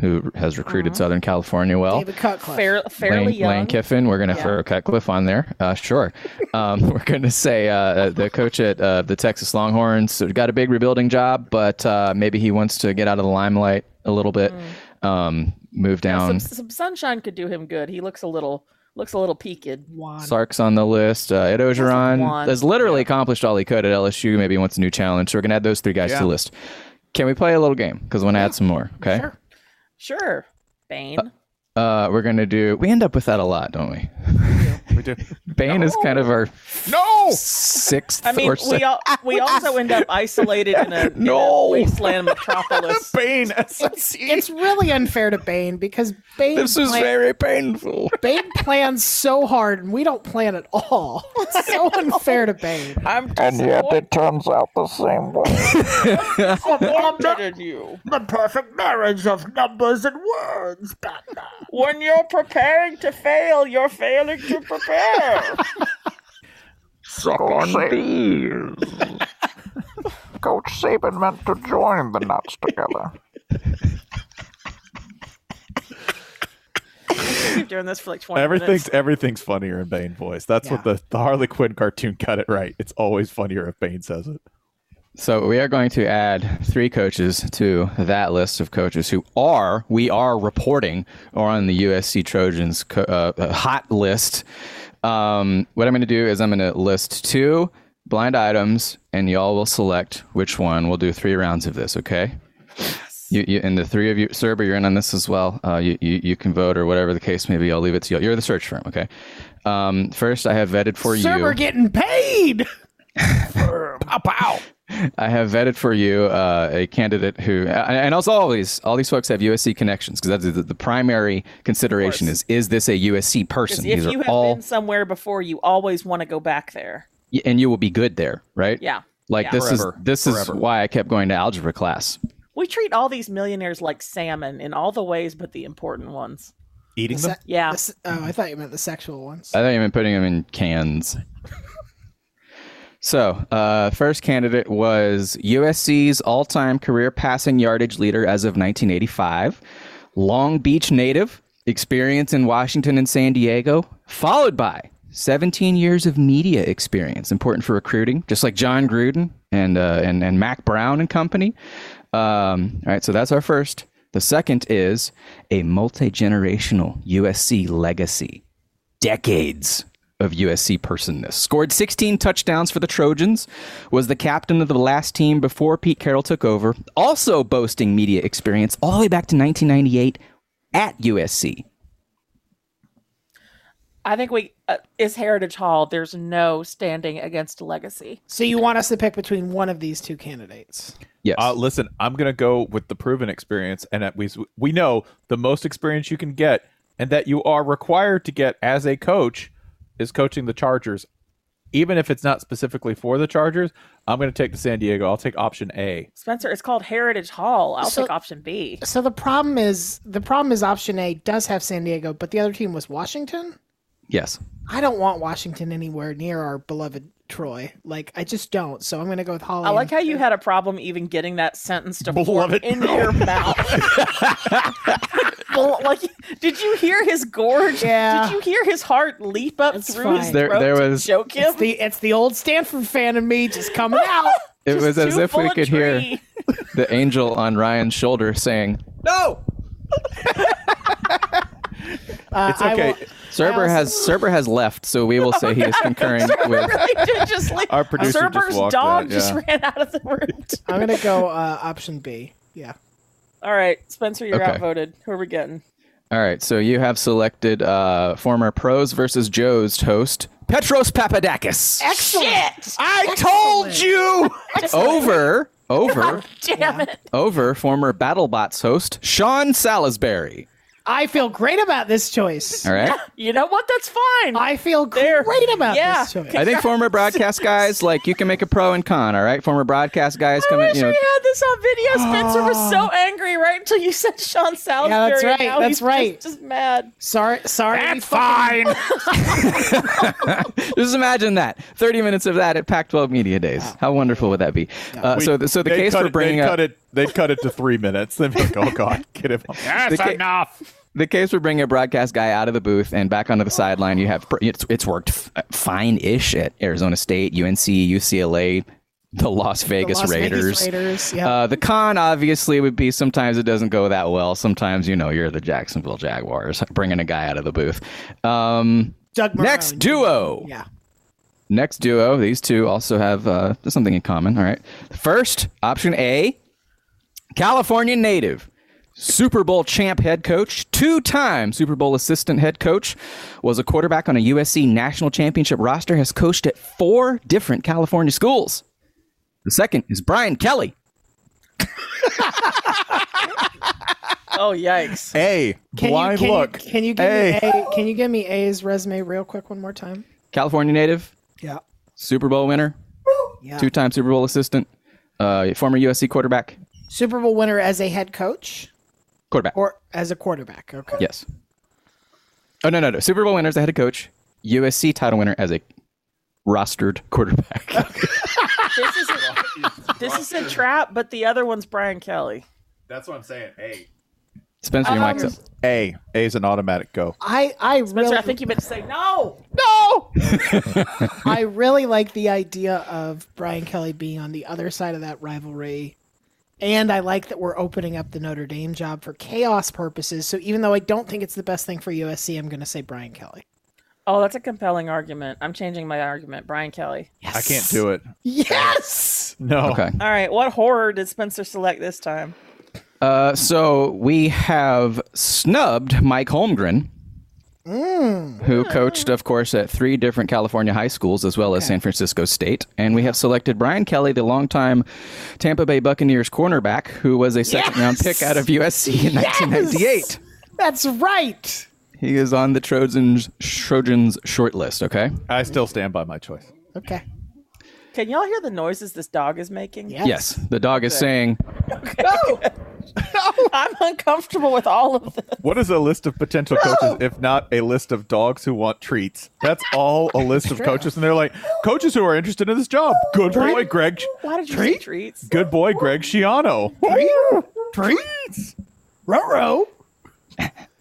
[SPEAKER 5] who has recruited Southern California well.
[SPEAKER 3] David Cutcliffe.
[SPEAKER 5] *laughs*
[SPEAKER 2] Fair, fairly
[SPEAKER 5] Lane,
[SPEAKER 2] Uh-huh. young.
[SPEAKER 5] Lane Kiffin. We're gonna
[SPEAKER 2] Yeah.
[SPEAKER 5] throw Cutcliffe on there. Uh, sure. Um, *laughs* we're gonna say uh, uh, the coach at uh, the Texas Longhorns got a big rebuilding job, but uh, maybe he wants to get out of the limelight a little bit,
[SPEAKER 2] Mm.
[SPEAKER 5] um, move down.
[SPEAKER 2] some, some sunshine could do him good. He looks a little looks a little peaked.
[SPEAKER 3] Juan.
[SPEAKER 5] Sark's on the list. Uh, Ed Ogeron
[SPEAKER 2] want-
[SPEAKER 5] has literally accomplished all he could at LSU. Maybe he wants a new challenge. So we're gonna add those three guys to
[SPEAKER 1] Yeah.
[SPEAKER 5] the list. Can we play a little game? Because I want to add some more. Okay.
[SPEAKER 3] Sure.
[SPEAKER 2] Sure, Bane.
[SPEAKER 5] Uh, we're gonna do. We end up with that a lot, don't we?
[SPEAKER 1] We do.
[SPEAKER 5] *laughs* Bane is kind of our
[SPEAKER 1] No.
[SPEAKER 5] sixth
[SPEAKER 2] Oh. I mean,
[SPEAKER 5] or se-
[SPEAKER 2] we all we
[SPEAKER 5] *laughs*
[SPEAKER 2] also end up isolated in a, in a
[SPEAKER 5] No.
[SPEAKER 2] wasteland
[SPEAKER 5] *laughs*
[SPEAKER 2] metropolis.
[SPEAKER 1] Bane *laughs* SMC.
[SPEAKER 3] It's really unfair to Bane because Bane
[SPEAKER 5] This is
[SPEAKER 3] plan-
[SPEAKER 5] very painful.
[SPEAKER 3] Bane plans so hard and we don't plan at all.
[SPEAKER 5] *laughs*
[SPEAKER 3] It's so unfair to Bane.
[SPEAKER 2] I'm disappointed
[SPEAKER 6] turns out the same way.
[SPEAKER 2] in you.
[SPEAKER 6] the perfect marriage of numbers and words, Batman.
[SPEAKER 2] When you're preparing to fail, you're failing to prepare.
[SPEAKER 6] Coach Saban. *laughs* Coach Saban meant to join the nuts together.
[SPEAKER 2] Keep doing this for like 20
[SPEAKER 1] Everything's
[SPEAKER 5] *laughs*
[SPEAKER 2] minutes.
[SPEAKER 1] everything's funnier in Bane voice. That's what
[SPEAKER 3] Yeah.
[SPEAKER 1] the, the Harley Quinn cartoon got it right. It's always funnier if Bane says it.
[SPEAKER 5] So we are going to add three coaches to that list of coaches who are we are reporting are on the USC Trojans co- uh, uh, hot list. Um, what I'm going to do is I'm going to list two blind items, and y'all will select which one. We'll do three rounds of this, okay? You, you and the three of you, Serber, you're in on this as well. Uh, you, you you can vote or whatever the case may be. I'll leave it to you. You're the search firm, okay? Um, first, I have vetted for you.
[SPEAKER 3] Server getting
[SPEAKER 5] *laughs*
[SPEAKER 3] paid.
[SPEAKER 5] I have vetted for you uh, a candidate who, and and also all these all these folks have USC connections because that's the, the primary consideration is is this a USC
[SPEAKER 2] 'Cause
[SPEAKER 5] person?
[SPEAKER 2] if
[SPEAKER 5] These
[SPEAKER 2] you
[SPEAKER 5] are
[SPEAKER 2] have
[SPEAKER 5] all,
[SPEAKER 2] been somewhere before, you always want to go back there.
[SPEAKER 5] y- and you will be good there, right?
[SPEAKER 2] Yeah.
[SPEAKER 5] Like
[SPEAKER 2] Yeah.
[SPEAKER 5] this
[SPEAKER 1] Forever.
[SPEAKER 5] is this
[SPEAKER 1] Forever.
[SPEAKER 5] is why I kept going to algebra class.
[SPEAKER 2] We treat all these millionaires like salmon in all the ways but the important ones.
[SPEAKER 1] Eating them?
[SPEAKER 2] Yeah.
[SPEAKER 3] This- oh, I thought you meant the sexual ones.
[SPEAKER 5] I thought you meant putting them in cans. so, uh, first candidate was USC's all time career passing yardage leader as of 1985, Long Beach native, experience in Washington and San Diego, followed by 17 years of media experience, important for recruiting, just like John Gruden and, uh, and, and Mac Brown and company. Um, all right, so that's our first. The second is a multi generational USC legacy decades of USC personness. Scored 16 touchdowns for the Trojans, was the captain of the last team before Pete Carroll took over, also boasting media experience all the way back to 1998 at USC.
[SPEAKER 2] I think we uh, is Heritage Hall. There's no standing against legacy.
[SPEAKER 3] So you want us to pick between one of these two candidates?
[SPEAKER 5] Yes.
[SPEAKER 1] Uh, listen, I'm gonna go with the proven experience, and at least we know the most experience you can get, and that you are required to get as a coach, is coaching the Chargers, even if it's not specifically for the Chargers. I'm gonna take the San Diego. I'll take option A.
[SPEAKER 2] Spencer, it's called Heritage Hall. I'll
[SPEAKER 3] So-
[SPEAKER 2] take option B.
[SPEAKER 3] So the problem is the problem is option A does have San Diego, but the other team was Washington.
[SPEAKER 5] yes.
[SPEAKER 3] I don't want Washington anywhere near our beloved Troy. Like I just don't. So I'm gonna go with Holly.
[SPEAKER 2] I
[SPEAKER 3] and-
[SPEAKER 2] like how you had a problem even getting that sentence to form in
[SPEAKER 5] *laughs*
[SPEAKER 2] your mouth. Well, like, did you hear his gorge?
[SPEAKER 3] Yeah.
[SPEAKER 2] Did you hear his heart leap up
[SPEAKER 3] It's
[SPEAKER 2] through his
[SPEAKER 3] fine.
[SPEAKER 5] There-
[SPEAKER 2] throat
[SPEAKER 5] there
[SPEAKER 2] to
[SPEAKER 5] was-
[SPEAKER 2] choke him?
[SPEAKER 3] it's the it's the old Stanford fan in me just coming
[SPEAKER 2] *laughs*
[SPEAKER 3] out.
[SPEAKER 5] It was as
[SPEAKER 2] Too
[SPEAKER 5] if we
[SPEAKER 2] full of
[SPEAKER 5] could hear
[SPEAKER 2] tree.
[SPEAKER 5] *laughs* the angel on Ryan's shoulder saying,
[SPEAKER 3] Uh,
[SPEAKER 1] It's okay.
[SPEAKER 3] I will,
[SPEAKER 5] Cerber has Cerber has left, so we will say he is concurring with.
[SPEAKER 2] *laughs* really did just leave.
[SPEAKER 1] Our producer just
[SPEAKER 2] Cerber's
[SPEAKER 1] walked
[SPEAKER 2] dog
[SPEAKER 1] out,
[SPEAKER 2] just
[SPEAKER 1] yeah.
[SPEAKER 2] ran out of the
[SPEAKER 5] *laughs*
[SPEAKER 2] room. too.
[SPEAKER 3] I'm gonna go uh, option B. Yeah.
[SPEAKER 2] All right, Spencer, you're
[SPEAKER 5] Okay.
[SPEAKER 2] outvoted. Who are we getting?
[SPEAKER 5] All right, so you have selected uh, former pros versus Joe's host Petros Papadakis
[SPEAKER 2] Shit!
[SPEAKER 1] I told you.
[SPEAKER 5] Oh. over over
[SPEAKER 2] Damn it!
[SPEAKER 5] over former BattleBots host Sean Salisbury.
[SPEAKER 3] I feel great about this choice.
[SPEAKER 5] All right.
[SPEAKER 2] You know what? That's fine.
[SPEAKER 3] I feel
[SPEAKER 2] There.
[SPEAKER 3] great about
[SPEAKER 2] Yeah.
[SPEAKER 3] this choice.
[SPEAKER 5] I think former broadcast guys like you can make a pro and con. All right, former broadcast guys
[SPEAKER 2] I
[SPEAKER 5] come in.
[SPEAKER 2] wish
[SPEAKER 5] You know,
[SPEAKER 2] we had this on video. Spencer was so angry right until you said Sean Salisbury.
[SPEAKER 3] Yeah, that's right,
[SPEAKER 2] Now
[SPEAKER 3] that's
[SPEAKER 2] he's just-
[SPEAKER 3] right.
[SPEAKER 2] Just, mad.
[SPEAKER 3] Sorry, sorry.
[SPEAKER 6] That's
[SPEAKER 3] fucking-
[SPEAKER 6] fine.
[SPEAKER 5] just imagine that thirty minutes of that at Pac-12 Media Days. How wonderful would that be? Uh, so, the, so the
[SPEAKER 1] They'd
[SPEAKER 5] case
[SPEAKER 1] cut
[SPEAKER 5] for
[SPEAKER 1] it-
[SPEAKER 5] bringing
[SPEAKER 1] they'd
[SPEAKER 5] up
[SPEAKER 1] cut it. They'd cut it to three minutes. They'd be like, oh god, get
[SPEAKER 3] *laughs*
[SPEAKER 1] him.
[SPEAKER 6] That's
[SPEAKER 5] ca-
[SPEAKER 6] enough.
[SPEAKER 5] the case for bringing a broadcast guy out of the booth and back onto the sideline, you have it's, it's worked f- uh, fine-ish at Arizona State, UNC, UCLA, the Las Vegas
[SPEAKER 3] Las Vegas
[SPEAKER 5] Raiders.
[SPEAKER 3] Raiders. Yeah.
[SPEAKER 5] Uh, the con obviously would be sometimes it doesn't go that well. Sometimes you know you're the Jacksonville Jaguars bringing a guy out of the booth. Um,
[SPEAKER 3] Doug Marone.
[SPEAKER 5] next duo.
[SPEAKER 3] Yeah.
[SPEAKER 5] Next duo. These two also have uh, something in common. All right. First option A: California native, Super Bowl champ head coach, two-time Super Bowl assistant head coach, was a quarterback on a USC national championship roster. Has coached at four different California schools. The second is Brian Kelly.
[SPEAKER 2] Oh yikes!
[SPEAKER 1] A
[SPEAKER 3] Can you,
[SPEAKER 1] blind
[SPEAKER 3] can you-
[SPEAKER 1] look.
[SPEAKER 3] can you give me A? Can you give me A's resume real quick one more time?
[SPEAKER 5] California native,
[SPEAKER 3] Yeah.
[SPEAKER 5] Super Bowl winner,
[SPEAKER 3] Yeah.
[SPEAKER 5] two-time Super Bowl assistant, uh, former USC quarterback,
[SPEAKER 3] Super Bowl winner as a head coach
[SPEAKER 5] quarterback.
[SPEAKER 3] or as a quarterback. Okay.
[SPEAKER 5] yes. Oh no no no! Super Bowl winner as a head coach, USC title winner as a rostered quarterback. *laughs*
[SPEAKER 2] This is a, this is a trap, but the other one's Brian Kelly.
[SPEAKER 1] That's what I'm saying. A.
[SPEAKER 5] Spencer, your mic's up.
[SPEAKER 1] A. A is an automatic go.
[SPEAKER 3] I I
[SPEAKER 2] Spencer,
[SPEAKER 3] really
[SPEAKER 2] I think you meant to say no.
[SPEAKER 3] I really like the idea of Brian Kelly being on the other side of that rivalry. And I like that we're opening up the Notre Dame job for chaos purposes. So even though I don't think it's the best thing for USC, I'm going to say Brian Kelly.
[SPEAKER 2] Oh, that's a compelling argument. I'm changing my argument. Brian Kelly.
[SPEAKER 3] Yes.
[SPEAKER 1] I can't do it.
[SPEAKER 3] Yes.
[SPEAKER 1] No.
[SPEAKER 5] Okay.
[SPEAKER 2] All right, what horror did Spencer select this time?
[SPEAKER 5] Uh, so we have snubbed Mike Holmgren, who coached, of course, at three different California high schools as well as San Francisco State. And we have selected Brian Kelly, the longtime Tampa Bay Buccaneers cornerback, who was a second round pick out of USC in 1998.
[SPEAKER 3] That's right.
[SPEAKER 5] He is on the Trojans Trojans short list. Okay.
[SPEAKER 1] I still stand by my choice.
[SPEAKER 3] Okay.
[SPEAKER 2] Can y'all hear the noises this dog is making?
[SPEAKER 3] Yes.
[SPEAKER 5] Yes, the dog is saying
[SPEAKER 2] *laughs* I'm uncomfortable with all of this.
[SPEAKER 1] What is a list of potential coaches if not a list of dogs who want treats? That's all a list of coaches, and they're like coaches who are interested in this job. Good boy, Greg.
[SPEAKER 2] Why did you say
[SPEAKER 1] Treat?
[SPEAKER 2] treats?
[SPEAKER 1] Good boy, Greg Schiano.
[SPEAKER 3] Treats. Roro.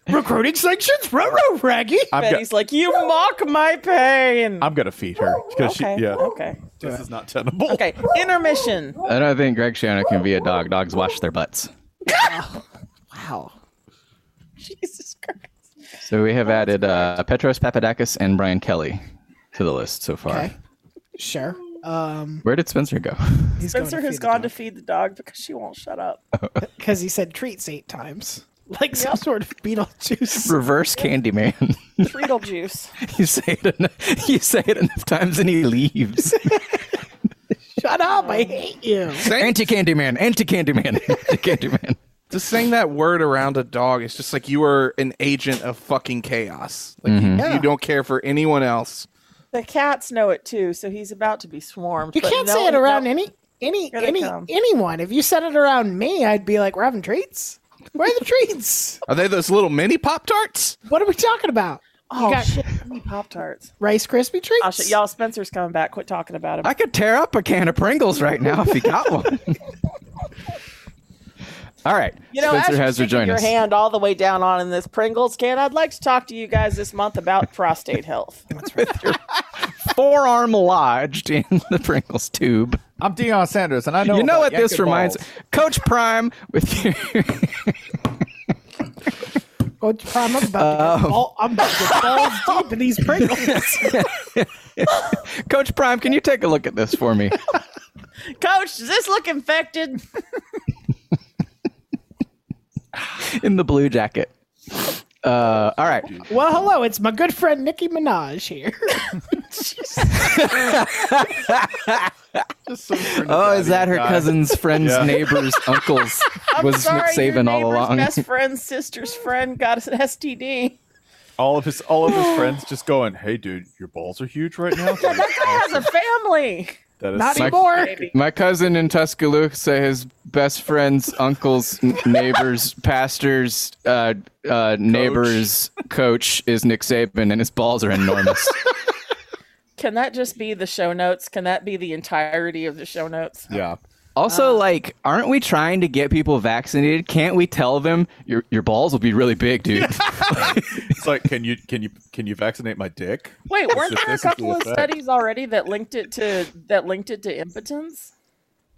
[SPEAKER 3] Recruiting sanctions. Roro, Raggy.
[SPEAKER 1] I'm, go-
[SPEAKER 2] Betty's like, you mock my pain.
[SPEAKER 1] I'm gonna feed her 'cause she-
[SPEAKER 2] okay.
[SPEAKER 1] yeah,
[SPEAKER 2] Okay.
[SPEAKER 1] this is not tenable.
[SPEAKER 2] Okay. Intermission.
[SPEAKER 5] I don't think Greg Shannon can be a dog. Dogs wash their butts.
[SPEAKER 3] Wow.
[SPEAKER 2] Jesus Christ.
[SPEAKER 5] So we have added uh, Petros Papadakis and Brian Kelly to the list so far.
[SPEAKER 3] Okay. Sure. Um,
[SPEAKER 5] Where did Spencer go?
[SPEAKER 3] he's
[SPEAKER 2] Spencer has gone to feed the dog because she won't shut up.
[SPEAKER 3] because he said treats eight times, like some sort of Beetlejuice. *laughs*
[SPEAKER 5] *laughs* Reverse Candyman. *laughs*
[SPEAKER 2] Treatle juice.
[SPEAKER 5] you say it. Enough, you say it enough times, and he *laughs* leaves.
[SPEAKER 3] Shut up! I hate you.
[SPEAKER 5] anti Candyman. Anti *laughs* Candyman. Anti Candyman.
[SPEAKER 7] Just saying that word around a dog is just like you are an agent of fucking chaos. Like you,
[SPEAKER 3] Yeah.
[SPEAKER 7] you don't care for anyone else.
[SPEAKER 2] The cats know it too, so he's about to be swarmed.
[SPEAKER 3] You
[SPEAKER 2] but
[SPEAKER 3] can't
[SPEAKER 2] no-
[SPEAKER 3] say it around
[SPEAKER 2] no-
[SPEAKER 3] any any
[SPEAKER 2] Here they
[SPEAKER 3] any
[SPEAKER 2] come.
[SPEAKER 3] anyone. If you said it around me, I'd be like, "We're having treats. Where are the treats?
[SPEAKER 7] Are they those little mini Pop Tarts?
[SPEAKER 3] What are we talking about?
[SPEAKER 2] Oh,
[SPEAKER 3] You got-
[SPEAKER 2] shit. Pop Tarts.
[SPEAKER 3] Rice Krispie treats?
[SPEAKER 2] Oh, shit. Y'all, Spencer's coming back. Quit talking about him.
[SPEAKER 5] I could tear up a can of Pringles right now if he got one. *laughs* All right.
[SPEAKER 2] You know,
[SPEAKER 5] Spencer
[SPEAKER 2] as you're
[SPEAKER 5] has
[SPEAKER 2] sticking
[SPEAKER 5] rejoined
[SPEAKER 2] your
[SPEAKER 5] us.
[SPEAKER 2] hand all the way down on in this Pringles can, I'd like to talk to you guys this month about prostate health.
[SPEAKER 5] Forearm lodged in *laughs* the Pringles tube.
[SPEAKER 1] I'm Deion Sanders, and I know
[SPEAKER 5] you know
[SPEAKER 1] about
[SPEAKER 5] what this
[SPEAKER 1] Yankee
[SPEAKER 5] reminds *laughs*
[SPEAKER 1] balls.
[SPEAKER 5] Coach Prime with your
[SPEAKER 3] Oh, I'm about to get,
[SPEAKER 5] Oh.
[SPEAKER 3] ball, I'm about to get
[SPEAKER 2] *laughs*
[SPEAKER 3] balls deep in these Pringles.
[SPEAKER 5] Coach Prime, can you take a look at this
[SPEAKER 2] *laughs*
[SPEAKER 5] for me?
[SPEAKER 2] Coach, does this look infected?
[SPEAKER 5] In the blue jacket. Uh, all right.
[SPEAKER 3] Well, hello, it's my good friend Nicki Minaj here.
[SPEAKER 7] *laughs* Just some
[SPEAKER 5] Oh, is that her
[SPEAKER 1] guy.
[SPEAKER 5] *laughs* cousin's friend's
[SPEAKER 1] Yeah.
[SPEAKER 5] neighbor's uncle's
[SPEAKER 2] I'm
[SPEAKER 5] was
[SPEAKER 2] sorry, your
[SPEAKER 5] saving all
[SPEAKER 2] neighbor's
[SPEAKER 5] along? *laughs*
[SPEAKER 2] Best friend's sister's friend got an STD.
[SPEAKER 1] All of his all
[SPEAKER 7] *laughs*
[SPEAKER 1] of his friends just going, "Hey, dude, your balls are huge right now."
[SPEAKER 2] That guy has a family.
[SPEAKER 1] That is
[SPEAKER 3] Not
[SPEAKER 1] so-
[SPEAKER 3] anymore.
[SPEAKER 5] My cousin in Tuscaloosa, his best friend's uncle's n- neighbor's pastor's uh, uh, neighbor's coach is Nick Saban, and his balls are enormous.
[SPEAKER 2] Can that just be the show notes? Can that be the entirety of the show notes?
[SPEAKER 1] yeah.
[SPEAKER 5] *laughs* also, like, aren't we trying to get people vaccinated? Can't we tell them your your balls will be really big, dude? *laughs*
[SPEAKER 1] It's like, can you can you can you vaccinate my dick?
[SPEAKER 2] Wait, weren't there a
[SPEAKER 1] Statistical
[SPEAKER 2] couple of
[SPEAKER 1] effect.
[SPEAKER 2] studies already that linked it to that linked it to impotence?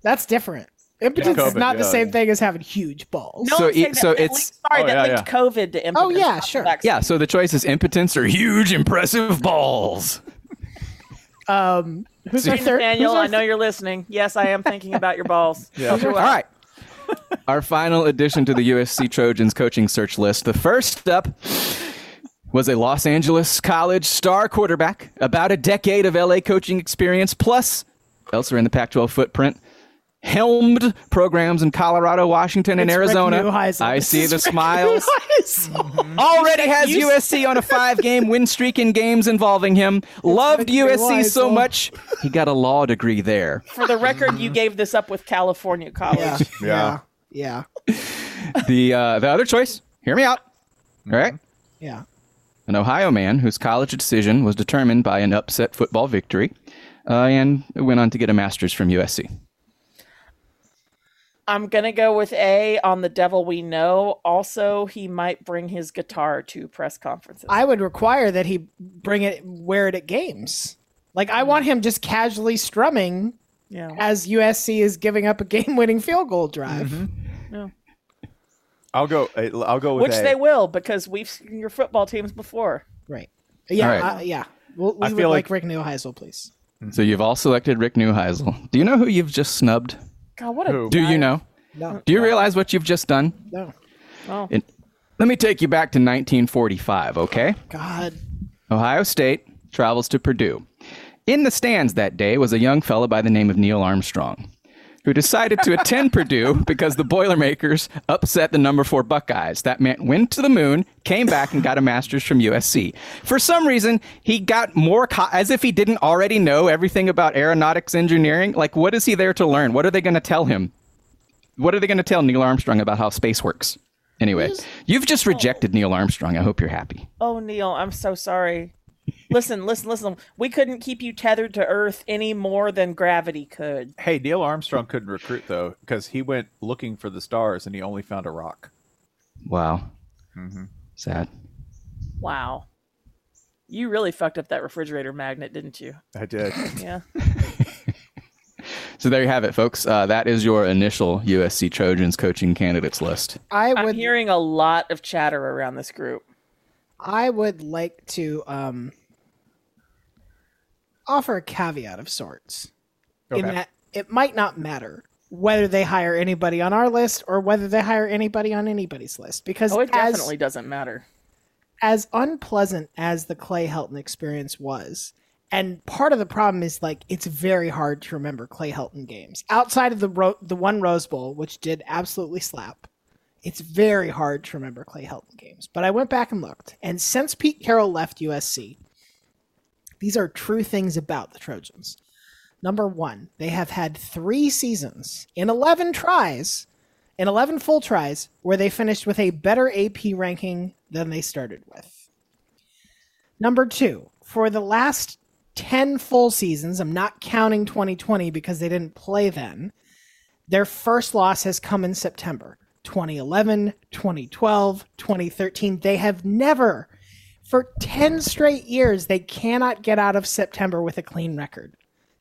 [SPEAKER 3] That's different. Impotence
[SPEAKER 1] Yeah,
[SPEAKER 3] is not
[SPEAKER 1] COVID,
[SPEAKER 3] the
[SPEAKER 1] yeah.
[SPEAKER 3] same thing as having huge balls.
[SPEAKER 2] No,
[SPEAKER 5] So
[SPEAKER 2] I'm saying
[SPEAKER 5] it-
[SPEAKER 2] that-
[SPEAKER 5] so
[SPEAKER 2] that
[SPEAKER 5] it's-
[SPEAKER 2] linked, sorry
[SPEAKER 1] Oh,
[SPEAKER 2] that
[SPEAKER 1] yeah,
[SPEAKER 2] linked
[SPEAKER 1] yeah.
[SPEAKER 2] COVID to impotence.
[SPEAKER 3] yeah,
[SPEAKER 2] not the
[SPEAKER 3] sure.
[SPEAKER 2] vaccine.
[SPEAKER 5] yeah. So the choice is impotence or huge, impressive balls.
[SPEAKER 3] Um, who's our
[SPEAKER 2] Hey,
[SPEAKER 3] third?
[SPEAKER 2] Nathaniel,
[SPEAKER 3] who's our
[SPEAKER 2] I know you're listening. Yes, I am thinking about your balls.
[SPEAKER 1] Yeah.
[SPEAKER 2] You're
[SPEAKER 5] All right. Our final addition to the USC Trojans coaching search list. The first up was a Los Angeles college star quarterback, about a decade of LA coaching experience, plus elsewhere in the Pac 12 footprint, helmed programs in Colorado, Washington, and
[SPEAKER 3] It's Rick
[SPEAKER 5] Arizona.
[SPEAKER 3] Neuheisel.
[SPEAKER 5] I
[SPEAKER 3] This
[SPEAKER 5] see
[SPEAKER 3] is
[SPEAKER 5] the
[SPEAKER 3] Rick
[SPEAKER 5] smiles. *laughs*
[SPEAKER 3] Neuheisel.
[SPEAKER 5] Already has USC on a five game win streak in games involving him.
[SPEAKER 3] Rick
[SPEAKER 5] Loved USC so
[SPEAKER 3] Neuheisel.
[SPEAKER 5] much, he got a law degree there.
[SPEAKER 2] For the record, you gave this up with California College.
[SPEAKER 1] Yeah.
[SPEAKER 3] Yeah, yeah, yeah,
[SPEAKER 5] The, uh, the other choice, hear me out. All right.
[SPEAKER 3] yeah.
[SPEAKER 5] an Ohio man whose college decision was determined by an upset football victory, uh, and went on to get a master's from USC.
[SPEAKER 2] I'm gonna go with A on the devil we know. Also, he might bring his guitar to press conferences.
[SPEAKER 3] I would require that he bring it, wear it at games. Like I want him just casually strumming
[SPEAKER 2] yeah.
[SPEAKER 3] as USC is giving up a *laughs* game-winning field goal drive.
[SPEAKER 1] Mm-hmm. I'll go. I'll go with
[SPEAKER 2] Which
[SPEAKER 1] A.
[SPEAKER 2] they will because we've seen your football teams before.
[SPEAKER 3] Right. Yeah,
[SPEAKER 5] All right.
[SPEAKER 3] uh, yeah. We'll, we
[SPEAKER 1] I
[SPEAKER 3] would
[SPEAKER 1] feel
[SPEAKER 3] like,
[SPEAKER 1] like-
[SPEAKER 3] Rick Neuheisel, please.
[SPEAKER 5] So you've all selected Rick Neuheisel. Do you know who you've just snubbed?
[SPEAKER 2] God, what a
[SPEAKER 1] Who?
[SPEAKER 5] Do you know?
[SPEAKER 3] No,
[SPEAKER 5] Do you realize what you've just done?
[SPEAKER 3] no.
[SPEAKER 5] It- let me take you back to 1945, okay?
[SPEAKER 3] God.
[SPEAKER 5] Ohio State travels to Purdue. In the stands that day was a young fellow by the name of Neil Armstrong, who decided to attend Purdue because the Boilermakers upset the number four Buckeyes. That meant went to the moon, came back, and got a master's from USC. For some reason, he got more co- as if he didn't already know everything about aeronautics engineering. Like, what is he there to learn? What are they going to tell him? What are they going to tell Neil Armstrong about how space works? Anyway, you've just rejected Neil Armstrong. I hope you're happy.
[SPEAKER 2] Oh, Neil, I'm so sorry. Listen, listen, listen. We couldn't keep you tethered to Earth any more than gravity could.
[SPEAKER 1] Hey, Neil Armstrong couldn't recruit though because he went looking for the stars and he only found a rock.
[SPEAKER 5] Wow. Mm-hmm. Sad.
[SPEAKER 2] Wow. You really fucked up that refrigerator magnet, didn't you?
[SPEAKER 7] *laughs*
[SPEAKER 1] I did.
[SPEAKER 2] Yeah.
[SPEAKER 5] So there you have it, folks. Uh, that is your initial USC Trojans coaching candidates list.
[SPEAKER 3] *laughs* I
[SPEAKER 2] I'm
[SPEAKER 3] would
[SPEAKER 2] hearing a lot of chatter around this group.
[SPEAKER 3] I would like to um offer a caveat of sorts. In
[SPEAKER 1] Okay.
[SPEAKER 3] that it might not matter whether they hire anybody on our list or whether they hire anybody on anybody's list because
[SPEAKER 2] Oh, it
[SPEAKER 3] as-
[SPEAKER 2] definitely doesn't matter.
[SPEAKER 3] as unpleasant as the Clay Helton experience was, and part of the problem is like it's very hard to remember Clay Helton games outside of the ro- the one Rose Bowl, which did absolutely slap. It's very hard to remember Clay Helton games, but I went back and looked, and since Pete Carroll left USC, these are true things about the Trojans. Number one, they have had three seasons in 11 tries in 11 full tries where they finished with a better AP ranking than they started with. Number two, for the last 10 full seasons, I'm not counting 2020 because they didn't play then, their first loss has come in September 2011, 2012, 2013. They have never, for 10 straight years, they cannot get out of September with a clean record.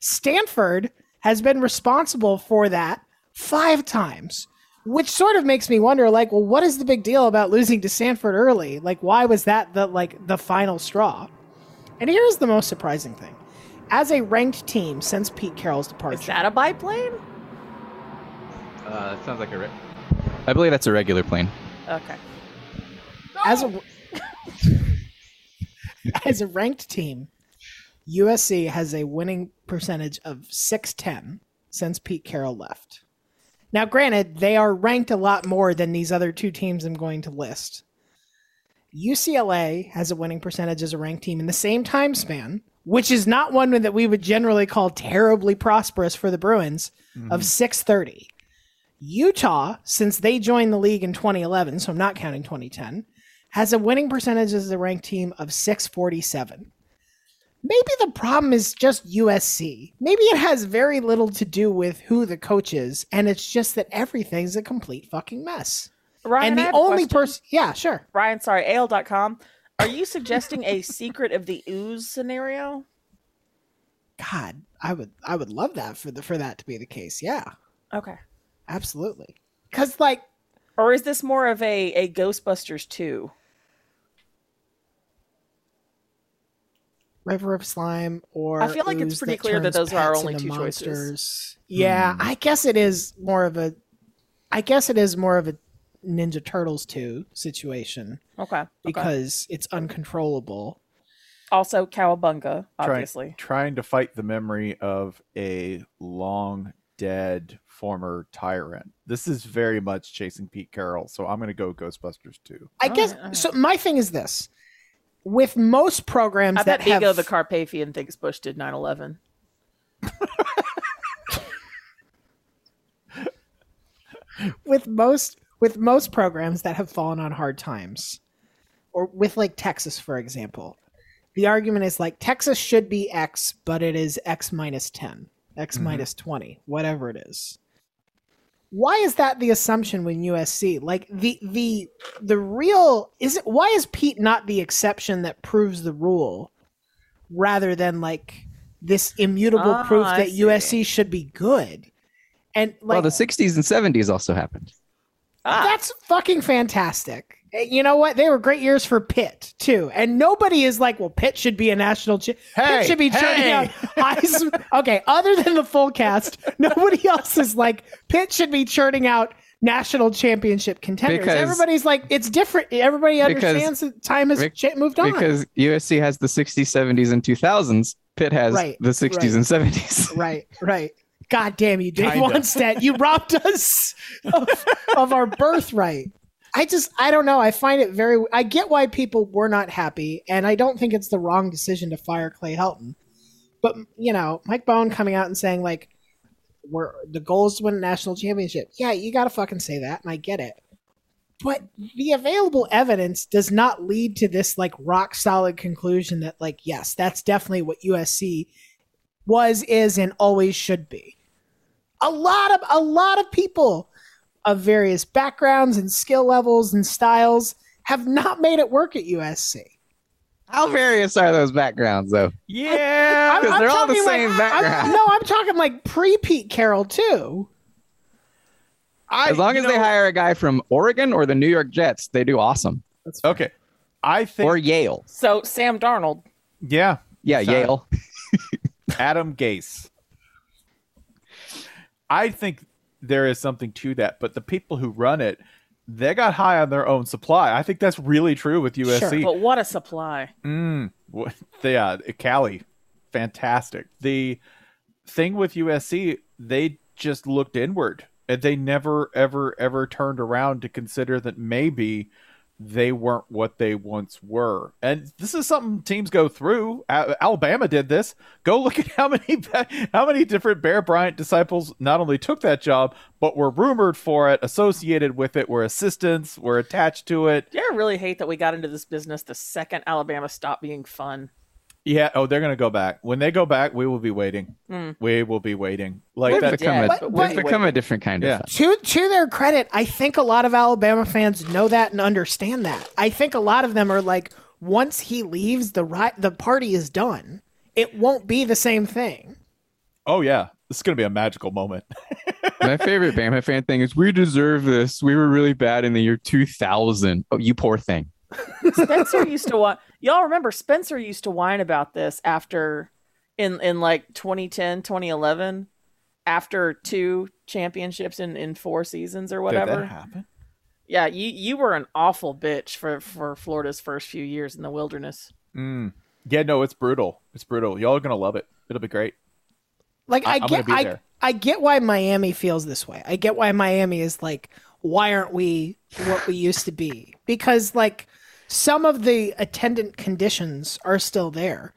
[SPEAKER 3] Stanford has been responsible for that five times. which sort of makes me wonder like well what is the big deal about losing to stanford early like why was that the like the final straw and here's the most surprising thing as a ranked team since pete carroll's departure
[SPEAKER 2] Is that a biplane?
[SPEAKER 5] Uh, it sounds like a. Re- I believe that's a regular plane.
[SPEAKER 2] Okay.
[SPEAKER 3] as a *laughs* as a ranked team, USC has a winning percentage of six ten since Pete Carroll left. Now, granted, they are ranked a lot more than these other two teams I'm going to list. UCLA has a winning percentage as a ranked team in the same time span, which is not one that we would generally call terribly prosperous for the Bruins, of 630. Utah, since they joined the league in 2011, so I'm not counting 2010, has a winning percentage as a ranked team of 647. Maybe the problem is just USC. Maybe it has very little to do with who the coach is, and it's just that everything's a complete fucking mess.
[SPEAKER 2] Ryan,
[SPEAKER 3] and
[SPEAKER 2] I
[SPEAKER 3] the
[SPEAKER 2] have a
[SPEAKER 3] only
[SPEAKER 2] question.
[SPEAKER 3] person, yeah, sure.
[SPEAKER 2] Ryan, sorry, ale.com. Are you suggesting a secret of the ooze scenario?
[SPEAKER 3] God, I would, I would love that for the for that to be the case. Yeah,
[SPEAKER 2] Okay.
[SPEAKER 3] absolutely. Because like
[SPEAKER 2] Or is this more of a, a Ghostbusters 2?
[SPEAKER 3] River of Slime or
[SPEAKER 2] I feel like it's
[SPEAKER 3] Ooze
[SPEAKER 2] pretty clear that
[SPEAKER 3] turns
[SPEAKER 2] those are our
[SPEAKER 3] pets
[SPEAKER 2] only
[SPEAKER 3] into
[SPEAKER 2] two choices.
[SPEAKER 3] monsters. Yeah, I guess it is more of a I guess it is more of a Ninja Turtles 2 situation
[SPEAKER 2] Okay. okay.
[SPEAKER 3] because it's uncontrollable.
[SPEAKER 2] also Cowabunga,
[SPEAKER 1] Try-
[SPEAKER 2] obviously.
[SPEAKER 1] trying to fight the memory of a long dead former tyrant. This is very much chasing Pete Carroll, so I'm going to go Ghostbusters too.
[SPEAKER 3] I
[SPEAKER 2] All
[SPEAKER 3] guess
[SPEAKER 2] right, all right.
[SPEAKER 3] so my thing is this. With most programs
[SPEAKER 2] I
[SPEAKER 3] that
[SPEAKER 2] bet Vigo
[SPEAKER 3] have
[SPEAKER 2] the Carpathian thinks Bush did 9 11.
[SPEAKER 3] with most with most programs that have fallen on hard times or with like texas for example the argument is like texas should be x but it is x minus 10 x
[SPEAKER 2] Mm-hmm.
[SPEAKER 3] minus 20 whatever it is why is that the assumption when usc like the the the real is it why is pete not the exception that proves the rule rather than like this immutable
[SPEAKER 2] Ah,
[SPEAKER 3] proof
[SPEAKER 2] I
[SPEAKER 3] that
[SPEAKER 2] see.
[SPEAKER 3] usc should be good and like
[SPEAKER 5] well, the 60s and 70s also happened.
[SPEAKER 2] Ah,
[SPEAKER 3] that's fucking fantastic. Uh, You know what? They were great years for Pitt too, and nobody is like, "Well, Pitt should be a national." Ch-
[SPEAKER 1] Hey,
[SPEAKER 3] Pitt should be turning
[SPEAKER 1] hey!
[SPEAKER 3] out Heisman. okay, other than the full cast, *laughs* nobody else is like Pitt should be churning out national championship contenders.
[SPEAKER 5] Because-
[SPEAKER 3] Everybody's like, it's different. Everybody
[SPEAKER 5] Because-
[SPEAKER 3] understands that time has
[SPEAKER 5] bec-
[SPEAKER 3] cha- moved on.
[SPEAKER 5] Because USC has the 60s, 70s, and 2000s. Pitt has
[SPEAKER 3] Right,
[SPEAKER 5] the 60s
[SPEAKER 3] right. *laughs*
[SPEAKER 5] and 70s.
[SPEAKER 3] right, right. God damn you, Dave
[SPEAKER 1] Kinda.
[SPEAKER 3] Wonstead. You robbed us of, of our birthright. I just, I don't know. I find it very, I get why people were not happy, and I don't think it's the wrong decision to fire Clay Helton. But, you know, Mike Bowen coming out and saying, like, we're, the goal is to win a national championship. Yeah, you got to fucking say that, and I get it. But the available evidence does not lead to this, like, rock solid conclusion that, like, yes, that's definitely what USC was, is, and always should be. A lot of a lot of people of various backgrounds and skill levels and styles have not made it work at USC.
[SPEAKER 5] How various are those backgrounds, though?
[SPEAKER 1] Yeah.
[SPEAKER 3] I'm-
[SPEAKER 5] Because
[SPEAKER 3] I'm
[SPEAKER 5] they're all the
[SPEAKER 3] talking, like,
[SPEAKER 5] same
[SPEAKER 3] I'm-
[SPEAKER 5] background.
[SPEAKER 3] no, I'm talking like pre Pete Carroll too.
[SPEAKER 5] As long as they hire a guy from Oregon or the New York Jets, they do awesome.
[SPEAKER 1] Okay. I think
[SPEAKER 5] Or Yale.
[SPEAKER 2] so Sam Darnold.
[SPEAKER 1] yeah,
[SPEAKER 5] Yeah,
[SPEAKER 1] So-
[SPEAKER 5] Yale.
[SPEAKER 1] Adam Gase. I think there is something to that, but the people who run it, they got high on their own supply. I think that's really true with USC.
[SPEAKER 2] But what a supply.
[SPEAKER 1] Mm, what, yeah, Cali, fantastic. The thing with USC, they just looked inward and they never, ever, ever turned around to consider that maybe they weren't what they once were. And this is something teams go through. A- Alabama did this. Go look at how many *laughs* ba- how many different Bear Bryant disciples not only took that job but were rumored for it, associated with it, were assistants, were attached to it.
[SPEAKER 2] Do you really hate that we got into this business the second Alabama stopped being fun?
[SPEAKER 1] Yeah. Oh, they're gonna go back. When they go back, we will be waiting.
[SPEAKER 2] Mm.
[SPEAKER 1] We will be waiting.
[SPEAKER 5] They've
[SPEAKER 1] Like that.
[SPEAKER 5] become,
[SPEAKER 2] dead,
[SPEAKER 5] a,
[SPEAKER 3] but
[SPEAKER 5] they've
[SPEAKER 2] wait.
[SPEAKER 5] become a different kind
[SPEAKER 1] Yeah.
[SPEAKER 5] of fun.
[SPEAKER 3] To to their credit, I think a lot of Alabama fans know that and understand that. I think a lot of them are like, once he leaves, the ri- the party is done. It won't be the same thing.
[SPEAKER 1] Oh yeah. This is going to be a magical moment. *laughs*
[SPEAKER 5] My favorite Bama fan thing is we deserve this. We were really bad in the year 2000. Oh, you poor thing.
[SPEAKER 3] *laughs*
[SPEAKER 2] Spencer used to want y'all remember Spencer used to whine about this after in in like 2010, 2011 after two championships in in four seasons or
[SPEAKER 1] Did that
[SPEAKER 2] whatever.
[SPEAKER 1] happen?
[SPEAKER 2] Yeah, you you were an awful bitch for for Florida's first few years in the wilderness.
[SPEAKER 1] Mm. Yeah, no, it's brutal. It's brutal. Y'all are going to love it. It'll be great.
[SPEAKER 3] Like
[SPEAKER 1] I-
[SPEAKER 3] I,
[SPEAKER 1] I'm gonna
[SPEAKER 3] get,
[SPEAKER 1] be
[SPEAKER 3] I,
[SPEAKER 1] there.
[SPEAKER 3] I get why Miami feels this way. I get why Miami is like, why aren't we what we used to be? Because like some of the attendant conditions are still there,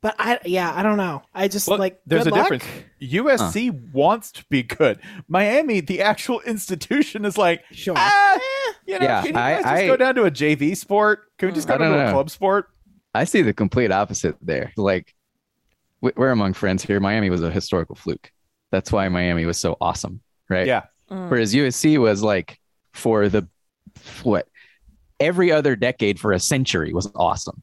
[SPEAKER 3] but I yeah I don't know. I just
[SPEAKER 1] Look,
[SPEAKER 3] like
[SPEAKER 1] there's
[SPEAKER 3] good
[SPEAKER 1] a
[SPEAKER 3] luck.
[SPEAKER 1] difference. USC wants to be good. Miami, the actual institution, is like,
[SPEAKER 3] Sure.
[SPEAKER 1] ah, you know,
[SPEAKER 5] Yeah,
[SPEAKER 1] can you
[SPEAKER 5] I-
[SPEAKER 1] guys just
[SPEAKER 5] I- Hmm.
[SPEAKER 1] go down to a JV sport? Can we just go
[SPEAKER 5] I
[SPEAKER 1] down
[SPEAKER 5] don't
[SPEAKER 1] to a
[SPEAKER 5] know.
[SPEAKER 1] club sport?
[SPEAKER 5] I see the complete opposite there. Like, we- we're among friends here. Miami was a historical fluke. That's why Miami was so awesome, right?
[SPEAKER 1] Yeah.
[SPEAKER 2] Mm.
[SPEAKER 5] Whereas USC was like for the what every other decade for a century was awesome.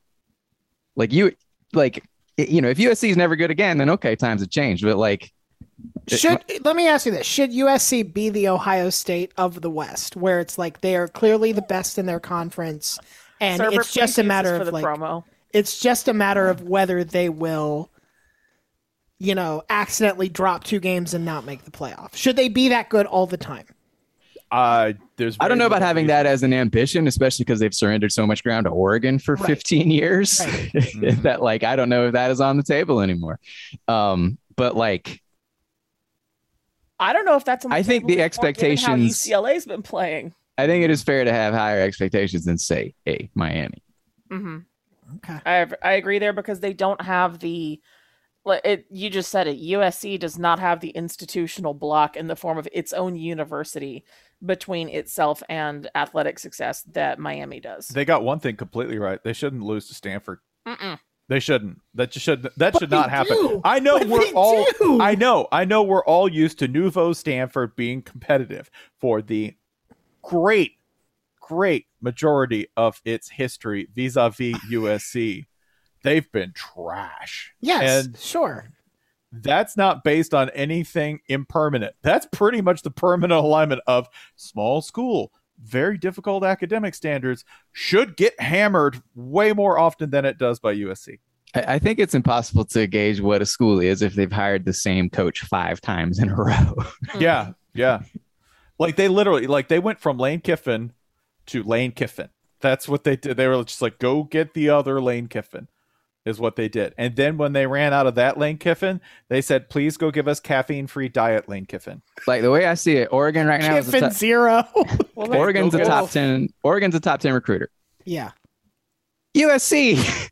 [SPEAKER 5] Like you, like you know, if USC is never good again, then okay, times have changed. But like, it-
[SPEAKER 3] Should let me ask you this: Should USC be the Ohio State of the West, where it's like they are clearly the best in their conference, and
[SPEAKER 2] Server,
[SPEAKER 3] it's just
[SPEAKER 2] please
[SPEAKER 3] a
[SPEAKER 2] use
[SPEAKER 3] matter
[SPEAKER 2] this for
[SPEAKER 3] of
[SPEAKER 2] the
[SPEAKER 3] like
[SPEAKER 2] promo.
[SPEAKER 3] it's just a matter of whether they will, you know, accidentally drop two games and not make the playoff. Should they be that good all the time?
[SPEAKER 1] Uh, there's.
[SPEAKER 5] I don't
[SPEAKER 1] very
[SPEAKER 5] know about
[SPEAKER 1] little
[SPEAKER 5] having
[SPEAKER 1] reason-
[SPEAKER 5] that as an ambition, especially because they've surrendered so much ground to Oregon for 15 years *laughs* that, like, I don't know if that is on the table anymore. Um, but like,
[SPEAKER 2] I don't know if that's. on
[SPEAKER 5] I think
[SPEAKER 2] table
[SPEAKER 5] the
[SPEAKER 2] anymore, given how E
[SPEAKER 5] expectations-
[SPEAKER 2] UCLA's been playing.
[SPEAKER 5] I think it is fair to have higher expectations than say a Miami.
[SPEAKER 2] hmm
[SPEAKER 3] Okay.
[SPEAKER 2] I have- I agree there because they don't have the. like, It, you just said it. USC does not have the institutional block in the form of its own university between itself and athletic success that Miami does.
[SPEAKER 1] They got one thing completely right. They shouldn't lose to Stanford.
[SPEAKER 2] Mm-mm.
[SPEAKER 1] They shouldn't. That just should. That should not
[SPEAKER 3] they
[SPEAKER 1] happen.
[SPEAKER 3] do.
[SPEAKER 1] I
[SPEAKER 3] *laughs*
[SPEAKER 1] know
[SPEAKER 3] But
[SPEAKER 1] we're
[SPEAKER 3] they
[SPEAKER 1] all.
[SPEAKER 3] do.
[SPEAKER 1] I know. I know we're all used to Nouveau Stanford being competitive for the great, great majority of its history vis-a-vis USC. They've been trash.
[SPEAKER 3] Yes,
[SPEAKER 1] And-
[SPEAKER 3] sure.
[SPEAKER 1] That's not based on anything impermanent. That's pretty much the permanent alignment of small school, very difficult academic standards should get hammered way more often than it does by USC.
[SPEAKER 5] I, I think it's impossible to gauge what a school is if they've hired the same coach five times in a *laughs* row.
[SPEAKER 1] Yeah, yeah. Like they literally like they went from Lane Kiffin to Lane Kiffin. That's what they did. They were just like, go get the other Lane Kiffin, is what they did. And then when they ran out of that Lane Kiffin, they said, please go give us caffeine free diet Lane Kiffin.
[SPEAKER 5] like the way I see it, Oregon right now is a
[SPEAKER 3] Kiffin
[SPEAKER 5] top,
[SPEAKER 3] zero. *laughs*
[SPEAKER 2] Well, that's-
[SPEAKER 5] Oregon's a
[SPEAKER 1] go
[SPEAKER 5] top
[SPEAKER 1] Wolf.
[SPEAKER 5] ten. Oregon's a top ten recruiter.
[SPEAKER 3] yeah.
[SPEAKER 5] USC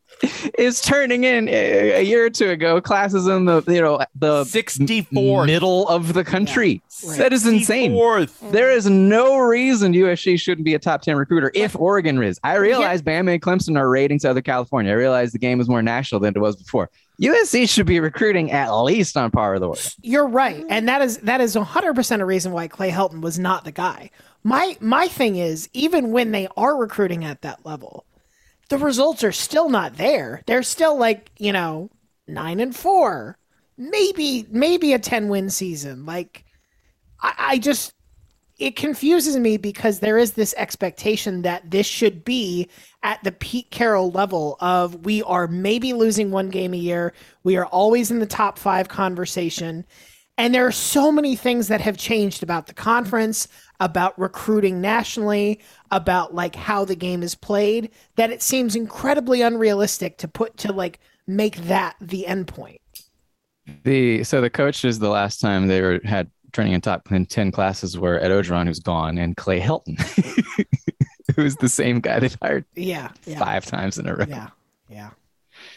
[SPEAKER 5] *laughs* is turning in a, a year or two ago classes in the you know the
[SPEAKER 1] 64.
[SPEAKER 5] Uh, middle of the country.
[SPEAKER 3] Right.
[SPEAKER 5] That is insane.
[SPEAKER 1] Fourth.
[SPEAKER 5] There is no reason USC shouldn't be a top 10 recruiter if Oregon is. I realize Bama and Clemson are raiding Southern California. I realize the game is more national than it was before. USC should be recruiting at least on par with Oregon.
[SPEAKER 3] You're right, and that is that is 100% a reason why Clay Helton was not the guy. My my thing is, even when they are recruiting at that level, the results are still not there. They're still like you know nine and four, maybe maybe a 10 win season. Like I, I just it confuses me because there is this expectation that this should be at the Pete Carroll level of we are maybe losing one game a year. We are always in the top five conversation. And there are so many things that have changed about the conference, about recruiting nationally, about like how the game is played, that it seems incredibly unrealistic to put to like make that the endpoint.
[SPEAKER 5] The so the coaches the last time they were had training in top 10 classes were Ed Ogeron, who's gone, and Clay Helton, *laughs* who's the same guy they've hired
[SPEAKER 3] Yeah. Yeah.
[SPEAKER 5] five times in a row.
[SPEAKER 3] Yeah. Yeah.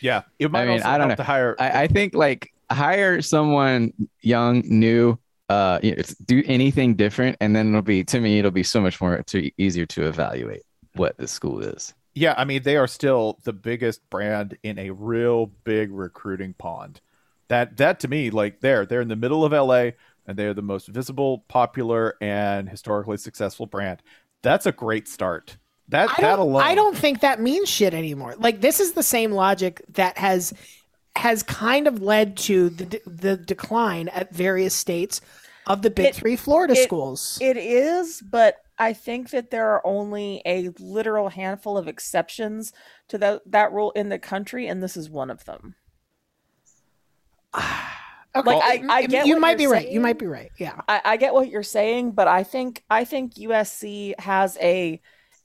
[SPEAKER 1] Yeah, it might
[SPEAKER 5] I mean,
[SPEAKER 1] also
[SPEAKER 5] I don't
[SPEAKER 1] help
[SPEAKER 5] know.
[SPEAKER 1] to hire.
[SPEAKER 5] I, I think like hire someone young, new, uh, you know, it's- do anything different, and then it'll be to me it'll be so much more to, easier to evaluate what the school is.
[SPEAKER 1] yeah, I mean, they are still the biggest brand in a real big recruiting pond. That that to me, like they're they're in the middle of LA, and they are the most visible, popular, and historically successful brand. That's a great start. That
[SPEAKER 3] I
[SPEAKER 1] that
[SPEAKER 3] don't,
[SPEAKER 1] alone.
[SPEAKER 3] I don't think that means shit anymore. Like this is the same logic that has has kind of led to the, de- the decline at various states of the big
[SPEAKER 2] It-
[SPEAKER 3] three Florida
[SPEAKER 2] it-
[SPEAKER 3] schools.
[SPEAKER 2] It is, but I think that there are only a literal handful of exceptions to that that rule in the country, and this is one of them.
[SPEAKER 3] okay.
[SPEAKER 2] like, I- I get
[SPEAKER 3] you
[SPEAKER 2] what
[SPEAKER 3] might
[SPEAKER 2] you're
[SPEAKER 3] be right. You
[SPEAKER 2] saying.
[SPEAKER 3] might be right. Yeah.
[SPEAKER 2] I, I get what you're saying, but I think I think USC has a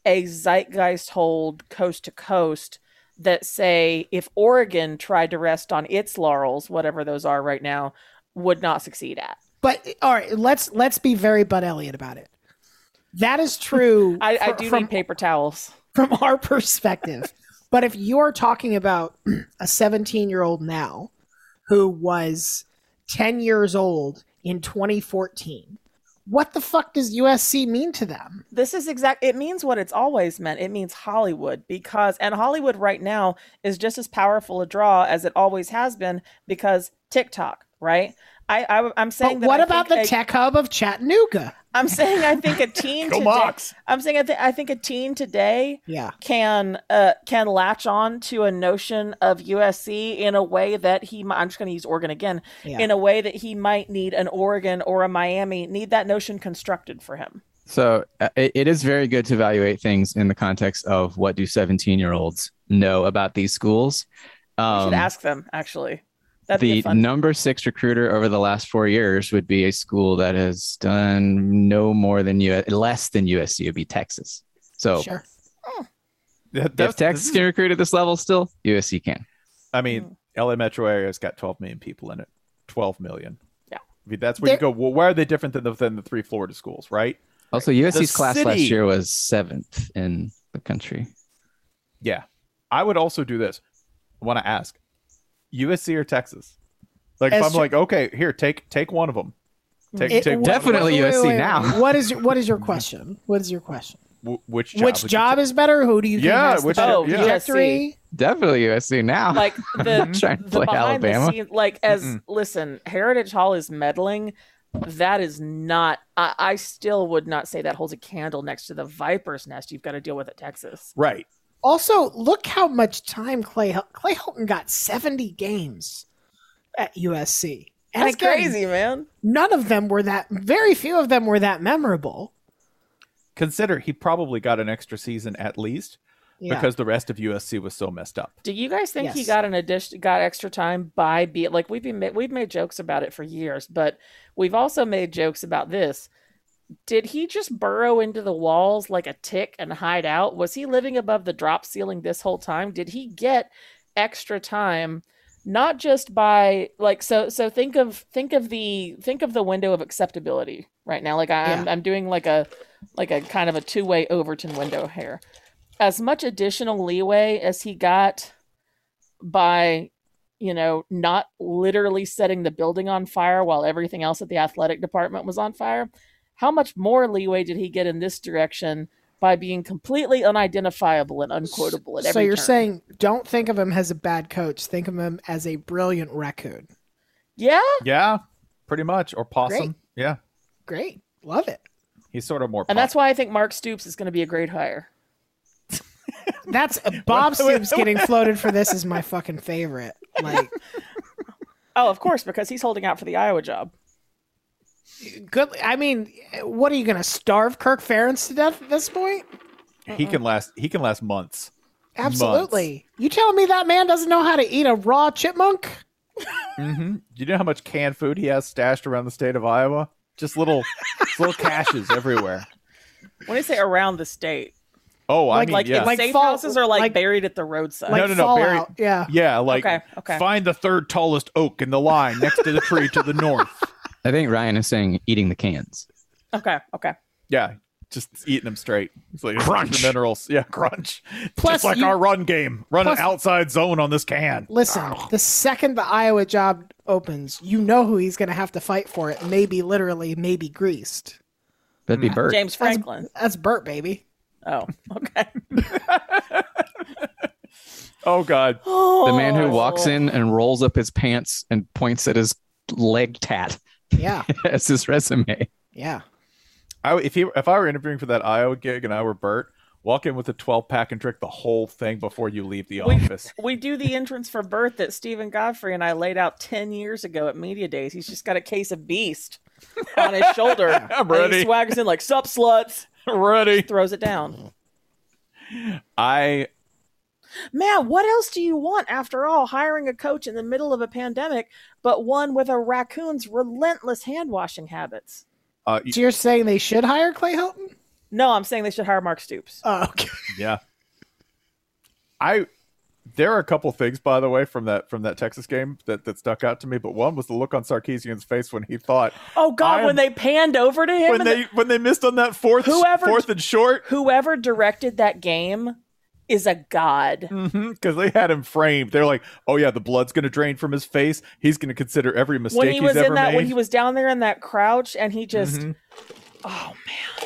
[SPEAKER 2] a zeitgeist hold coast to coast that say if Oregon tried to rest on its laurels, whatever those are right now, would not succeed at.
[SPEAKER 3] But all right, let's let's be very Bud Elliott about it. That is true.
[SPEAKER 2] *laughs* I, I
[SPEAKER 3] fr-
[SPEAKER 2] do
[SPEAKER 3] from,
[SPEAKER 2] need paper towels.
[SPEAKER 3] from our perspective. but if you're talking about a 17 year old now who was 10 years old in 2014, what the fuck does USC mean to them?
[SPEAKER 2] This is exact. It means what it's always meant. It means Hollywood because, and Hollywood right now is just as powerful a draw as it always has been because TikTok, right? I, I am saying
[SPEAKER 3] But
[SPEAKER 2] that
[SPEAKER 3] what
[SPEAKER 2] I
[SPEAKER 3] about the
[SPEAKER 2] think a-
[SPEAKER 3] tech hub of Chattanooga?
[SPEAKER 2] I'm saying I think *laughs* a teen
[SPEAKER 1] Go
[SPEAKER 2] today.
[SPEAKER 1] Mox.
[SPEAKER 2] I'm saying I, th- I think a teen today
[SPEAKER 3] Yeah.
[SPEAKER 2] can uh, can latch on to a notion of USC in a way that he. mi- I'm just going to use Oregon again.
[SPEAKER 3] Yeah.
[SPEAKER 2] In a way that he might need an Oregon or a Miami need that notion constructed for him.
[SPEAKER 5] So uh, it, it is very good to evaluate things in the context of what do 17 year olds know about these schools.
[SPEAKER 2] You
[SPEAKER 5] Um,
[SPEAKER 2] should ask them actually. That'd be a
[SPEAKER 5] the
[SPEAKER 2] fun.
[SPEAKER 5] number six recruiter over the last four years would be a school that has done no more than U less than USC would be Texas.
[SPEAKER 1] Oh,
[SPEAKER 5] So
[SPEAKER 3] Sure.
[SPEAKER 1] That-
[SPEAKER 5] if
[SPEAKER 1] that's-
[SPEAKER 5] Texas can recruit at this level still, USC can.
[SPEAKER 1] I
[SPEAKER 3] Mm.
[SPEAKER 1] mean, LA metro area's got 12 million people in it. 12 million.
[SPEAKER 2] Yeah.
[SPEAKER 1] I mean, that's where you go.
[SPEAKER 3] There-
[SPEAKER 1] Well, why are they different than the, than the three Florida schools, right?
[SPEAKER 5] Also, USC's
[SPEAKER 1] The
[SPEAKER 5] class last
[SPEAKER 1] city-
[SPEAKER 5] year was seventh in the country.
[SPEAKER 1] Yeah. I would also do this. I want to ask USC or Texas? Like, if
[SPEAKER 3] As
[SPEAKER 1] I'm
[SPEAKER 3] to-
[SPEAKER 1] like, okay, here, take take one of them. Take,
[SPEAKER 3] It-
[SPEAKER 1] take one of
[SPEAKER 5] Definitely USC now.
[SPEAKER 3] What is your, what is your question? What is your question?
[SPEAKER 1] them. Wh- which job?
[SPEAKER 3] which
[SPEAKER 1] would you
[SPEAKER 3] job is better? Who do you think
[SPEAKER 1] Yeah,
[SPEAKER 3] has the
[SPEAKER 1] which-
[SPEAKER 3] better
[SPEAKER 1] Oh, yeah.
[SPEAKER 3] trajectory?
[SPEAKER 5] Definitely USC now.
[SPEAKER 2] like
[SPEAKER 5] *laughs*
[SPEAKER 2] the
[SPEAKER 5] trying to
[SPEAKER 2] the
[SPEAKER 5] play
[SPEAKER 2] behind
[SPEAKER 5] Alabama.
[SPEAKER 2] the scenes, like as
[SPEAKER 1] Mm-mm.
[SPEAKER 2] listen, Heritage Hall is meddling. That is not. I, I still would not say that holds a candle next to the viper's nest you've got to deal with at Texas.
[SPEAKER 1] Right.
[SPEAKER 3] Also, look how much time Clay Hel- Clay Helton got 70 games at USC. And
[SPEAKER 2] That's
[SPEAKER 3] again,
[SPEAKER 2] crazy, man.
[SPEAKER 3] None of them were that very few of them were that memorable.
[SPEAKER 1] Consider he probably got an extra season at least
[SPEAKER 3] Yeah.
[SPEAKER 1] because the rest of USC was so messed up.
[SPEAKER 2] Do you guys think he
[SPEAKER 3] Yes.
[SPEAKER 2] got an addition, got extra time by be like we've been ma- we've made jokes about it for years, but we've also made jokes about this. Did he just burrow into the walls like a tick and hide out? Was he living above the drop ceiling this whole time? Did he get extra time? Not just by like so so think of think of the think of the window of acceptability right now. Like I- I'm I'm doing like a like a kind of a two way Overton window here. As much additional leeway as he got by you know not literally setting the building on fire while everything else at the athletic department was on fire how much more leeway did he get in this direction by being completely unidentifiable and unquotable at every
[SPEAKER 3] so you're
[SPEAKER 2] turn?
[SPEAKER 3] saying don't think of him as a bad coach, think of him as a brilliant raccoon.
[SPEAKER 2] yeah
[SPEAKER 1] Yeah, pretty much. Or possum.
[SPEAKER 3] Great.
[SPEAKER 1] Yeah.
[SPEAKER 3] Great. Love it.
[SPEAKER 1] He's sort of more.
[SPEAKER 2] and that's why i think mark stoops is going to be a great hire
[SPEAKER 3] That's uh, Bob Stoops getting floated for this is my fucking favorite. Like
[SPEAKER 2] oh of course because he's holding out for the iowa job
[SPEAKER 3] good I mean, what are you going to starve Kirk Ferentz to death at this point?
[SPEAKER 1] he can last. He can last months.
[SPEAKER 3] Absolutely. You telling me that man doesn't know how to eat a raw chipmunk?
[SPEAKER 1] hmm Do you know how much canned food he has stashed around the state of Iowa? Just
[SPEAKER 3] *laughs*
[SPEAKER 1] little, just little caches everywhere.
[SPEAKER 2] when i say around the state
[SPEAKER 1] Oh, I
[SPEAKER 3] Like-
[SPEAKER 1] mean,
[SPEAKER 2] like
[SPEAKER 1] yeah,
[SPEAKER 2] if
[SPEAKER 3] Like
[SPEAKER 2] safe
[SPEAKER 3] fall-
[SPEAKER 2] houses are like,
[SPEAKER 3] like-
[SPEAKER 2] buried at the roadside
[SPEAKER 3] Like
[SPEAKER 1] No, no, no, Barry-
[SPEAKER 3] Fallout. Yeah.
[SPEAKER 1] yeah, like
[SPEAKER 2] Okay, okay.
[SPEAKER 1] find the third tallest oak in the line next to the tree to the north. *laughs*
[SPEAKER 5] I think Ryan is saying eating the cans.
[SPEAKER 2] okay okay
[SPEAKER 1] Yeah, just eating them straight. It's like
[SPEAKER 6] Crunch.
[SPEAKER 1] extra minerals. Yeah, crunch.
[SPEAKER 3] Plus
[SPEAKER 1] just like
[SPEAKER 3] you-
[SPEAKER 1] our run game, run
[SPEAKER 3] plus-
[SPEAKER 1] an outside zone on this can.
[SPEAKER 3] Listen, the second the Iowa job opens, you know who he's going to have to fight for it. Maybe literally, maybe greased.
[SPEAKER 5] That'd be Bert.
[SPEAKER 2] james franklin
[SPEAKER 3] That's Burt, baby.
[SPEAKER 2] oh okay
[SPEAKER 1] Oh God,
[SPEAKER 5] The man who
[SPEAKER 2] Oh.
[SPEAKER 5] walks in and rolls up his pants and points at his leg tat *laughs*
[SPEAKER 3] Yeah,
[SPEAKER 5] as his resume.
[SPEAKER 3] yeah.
[SPEAKER 1] I, if he if I were interviewing for that Iowa gig and I were Bert, Walk in with a 12 pack and drink the whole thing before you leave the
[SPEAKER 2] Wait.
[SPEAKER 1] office.
[SPEAKER 2] We do the entrance for birth that Stephen Godfrey and I laid out 10 years ago at Media Days. He's just got a case of beast on his
[SPEAKER 1] *laughs*
[SPEAKER 2] shoulder.
[SPEAKER 1] I'm
[SPEAKER 2] And
[SPEAKER 1] ready.
[SPEAKER 2] He swaggers in like, sup, sluts,
[SPEAKER 1] *laughs* Ready?
[SPEAKER 2] throws it down.
[SPEAKER 1] I
[SPEAKER 2] Man, what else do you want after all? Hiring a coach in the middle of a pandemic, but one with a raccoon's relentless hand washing habits.
[SPEAKER 1] uh, y-
[SPEAKER 3] So you're saying they should hire Clay Helton?
[SPEAKER 2] No, I'm saying they should hire Mark Stoops.
[SPEAKER 3] Oh, okay.
[SPEAKER 1] yeah. I there are a couple things by the way from that from that Texas game that that stuck out to me, but one was the look on Sarkeesian's face when he thought
[SPEAKER 2] Oh God,
[SPEAKER 1] I'm-
[SPEAKER 2] when they panned over to him,
[SPEAKER 1] when
[SPEAKER 2] and the-
[SPEAKER 1] they when they missed on that fourth
[SPEAKER 2] Whoever-
[SPEAKER 1] fourth and short
[SPEAKER 2] whoever directed that game is a god.
[SPEAKER 1] Mm, because mm-hmm, they had him framed. They're like, oh yeah, the blood's gonna drain from his face. He's gonna consider every mistake
[SPEAKER 2] when he was
[SPEAKER 1] he's ever
[SPEAKER 2] in that,
[SPEAKER 1] made. Mm-hmm.
[SPEAKER 2] when he was down there in that crouch, and he just, oh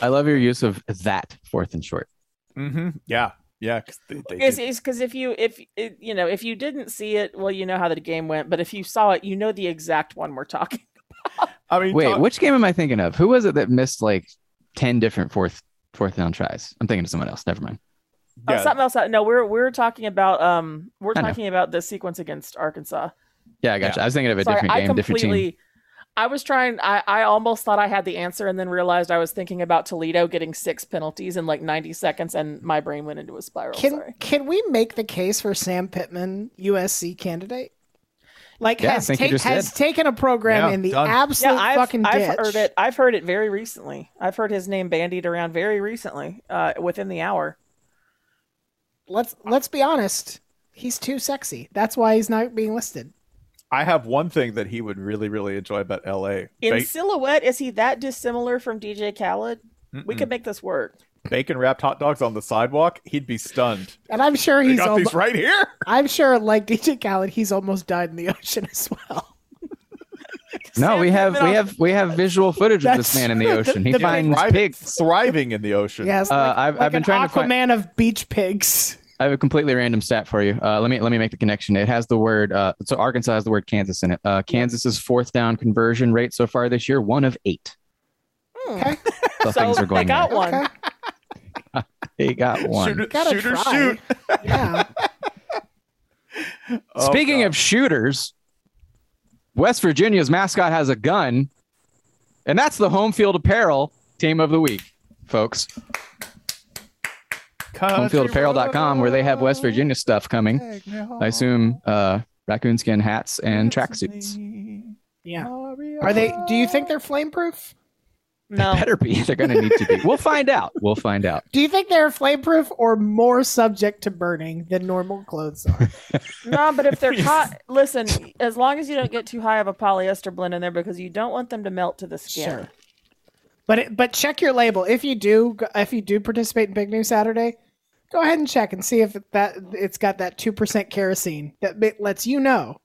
[SPEAKER 5] I love your use of that fourth and short.
[SPEAKER 1] hmm Yeah, yeah. 'cause they, they
[SPEAKER 2] It's
[SPEAKER 1] did-
[SPEAKER 2] because if you if it, you know if you didn't see it, well, you know how the game went. But if you saw it, you know the exact one we're talking. *laughs*
[SPEAKER 1] I mean,
[SPEAKER 5] Wait,
[SPEAKER 1] talk-
[SPEAKER 5] which game am I thinking of? Who was it that missed like ten different fourth fourth down tries? I'm thinking of someone else. Never mind.
[SPEAKER 2] Oh,
[SPEAKER 1] yeah,
[SPEAKER 2] something else. out- No, we're we're talking about um we're
[SPEAKER 5] I know.
[SPEAKER 2] talking about the sequence against Arkansas.
[SPEAKER 5] Yeah, I gotcha. I was thinking of a
[SPEAKER 2] Sorry,
[SPEAKER 5] different
[SPEAKER 2] I
[SPEAKER 5] game, different team.
[SPEAKER 2] completely. I was trying. I I almost thought I had the answer, and then realized I was thinking about Toledo getting six penalties in like 90 seconds, and my brain went into a spiral.
[SPEAKER 3] Can
[SPEAKER 2] Sorry.
[SPEAKER 3] can we make the case for Sam Pittman USC candidate? Like
[SPEAKER 5] Yeah, I
[SPEAKER 3] has
[SPEAKER 5] think you
[SPEAKER 3] take,
[SPEAKER 5] just
[SPEAKER 3] has
[SPEAKER 5] did.
[SPEAKER 3] taken a program
[SPEAKER 1] Yeah,
[SPEAKER 3] in the
[SPEAKER 1] done.
[SPEAKER 3] absolute
[SPEAKER 2] Yeah, I've,
[SPEAKER 3] fucking ditch.
[SPEAKER 2] I've heard it. I've heard it very recently. I've heard his name bandied around very recently, uh, within the hour.
[SPEAKER 3] Let's let's be honest. He's too sexy. That's why he's not being listed.
[SPEAKER 1] I have one thing that he would really, really enjoy about L.A.
[SPEAKER 2] In
[SPEAKER 1] Ba-
[SPEAKER 2] silhouette, is he that dissimilar from DJ Khaled? We
[SPEAKER 1] Mm-mm.
[SPEAKER 2] could make this work.
[SPEAKER 1] bacon wrapped hot dogs on the sidewalk. He'd be stunned.
[SPEAKER 3] And I'm sure
[SPEAKER 1] They
[SPEAKER 3] he's
[SPEAKER 1] got
[SPEAKER 3] almo-
[SPEAKER 1] these right here.
[SPEAKER 3] I'm sure like *laughs* DJ Khaled, he's almost died in the *laughs* ocean as well.
[SPEAKER 5] No, we
[SPEAKER 2] Sam
[SPEAKER 5] have
[SPEAKER 2] Pittman
[SPEAKER 5] we
[SPEAKER 2] on-
[SPEAKER 5] have we have visual footage of this
[SPEAKER 3] That's-
[SPEAKER 5] man in the
[SPEAKER 3] the-
[SPEAKER 5] ocean. He
[SPEAKER 3] the big
[SPEAKER 5] finds
[SPEAKER 1] Thriving,
[SPEAKER 5] pigs.
[SPEAKER 1] thriving in the ocean.
[SPEAKER 3] Yes,
[SPEAKER 5] Uh,
[SPEAKER 3] like,
[SPEAKER 5] I've-
[SPEAKER 3] like
[SPEAKER 5] I've been
[SPEAKER 3] an
[SPEAKER 5] trying to find-
[SPEAKER 3] Aquaman of beach pigs. *laughs*
[SPEAKER 5] I have a completely random stat for you. Uh, let me let me make the connection. It has the word uh, so Arkansas has the word Kansas in it. Uh, Kansas's fourth down conversion rate so far this year one of eight.
[SPEAKER 2] Hmm.
[SPEAKER 3] Okay.
[SPEAKER 5] *laughs* So,
[SPEAKER 2] So
[SPEAKER 5] things are
[SPEAKER 2] they
[SPEAKER 5] going.
[SPEAKER 2] got
[SPEAKER 5] Right.
[SPEAKER 2] one.
[SPEAKER 3] Okay.
[SPEAKER 5] They got one.
[SPEAKER 1] Shoot,
[SPEAKER 3] Gotta
[SPEAKER 1] shooter,
[SPEAKER 3] try.
[SPEAKER 1] shoot.
[SPEAKER 3] *laughs* Yeah.
[SPEAKER 1] Oh,
[SPEAKER 5] *laughs* Speaking
[SPEAKER 1] God.
[SPEAKER 5] of shooters, West Virginia's mascot has a gun, and that's the home field apparel team of the week, folks.
[SPEAKER 1] Country
[SPEAKER 5] Homefieldapparel.com, where they have West
[SPEAKER 1] roads
[SPEAKER 5] Virginia stuff coming.
[SPEAKER 1] take me
[SPEAKER 5] I assume uh, raccoon skin hats and
[SPEAKER 1] home.
[SPEAKER 5] tracksuits.
[SPEAKER 3] Yeah. Are they do you think they're flameproof?
[SPEAKER 2] No,
[SPEAKER 5] Better be. *laughs* They're going to need to be. We'll find out. We'll find out.
[SPEAKER 3] Do you think they're flameproof or more subject to burning than normal clothes are?
[SPEAKER 2] no, but
[SPEAKER 5] *laughs*
[SPEAKER 2] if they're caught, listen. As long as you don't get too high of a polyester blend in there, because you don't want them to melt to the skin.
[SPEAKER 3] Sure. But it, but check your label. If you do go- if you do participate in Big News Saturday, go ahead and check and see if that it's got that 2% kerosene that ma- lets you know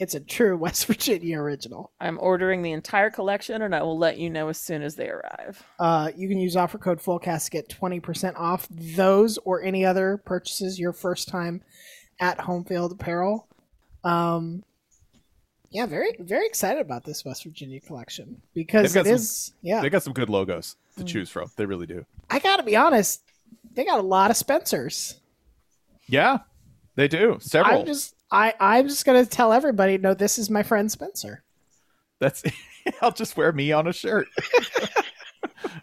[SPEAKER 3] it's a true *laughs* West Virginia original.
[SPEAKER 2] I'm ordering the entire collection, and I will let you know as soon as they arrive.
[SPEAKER 3] Uh, you can use offer code FULLCAST to get 20% off those or any other purchases your first time at Homefield Apparel. Um, yeah, very very excited about this West Virginia collection because
[SPEAKER 1] They've
[SPEAKER 3] it
[SPEAKER 1] got some-
[SPEAKER 3] is yeah.
[SPEAKER 1] They got some good logos
[SPEAKER 3] Hmm.
[SPEAKER 1] to choose from. They really do.
[SPEAKER 3] I gotta be honest, they got a lot of Spencers.
[SPEAKER 1] Yeah, they do. Several.
[SPEAKER 3] I'm just I I'm just gonna tell everybody no, this is my friend Spencer.
[SPEAKER 1] That's. *laughs* I'll just wear me on a
[SPEAKER 3] *laughs*
[SPEAKER 1] shirt.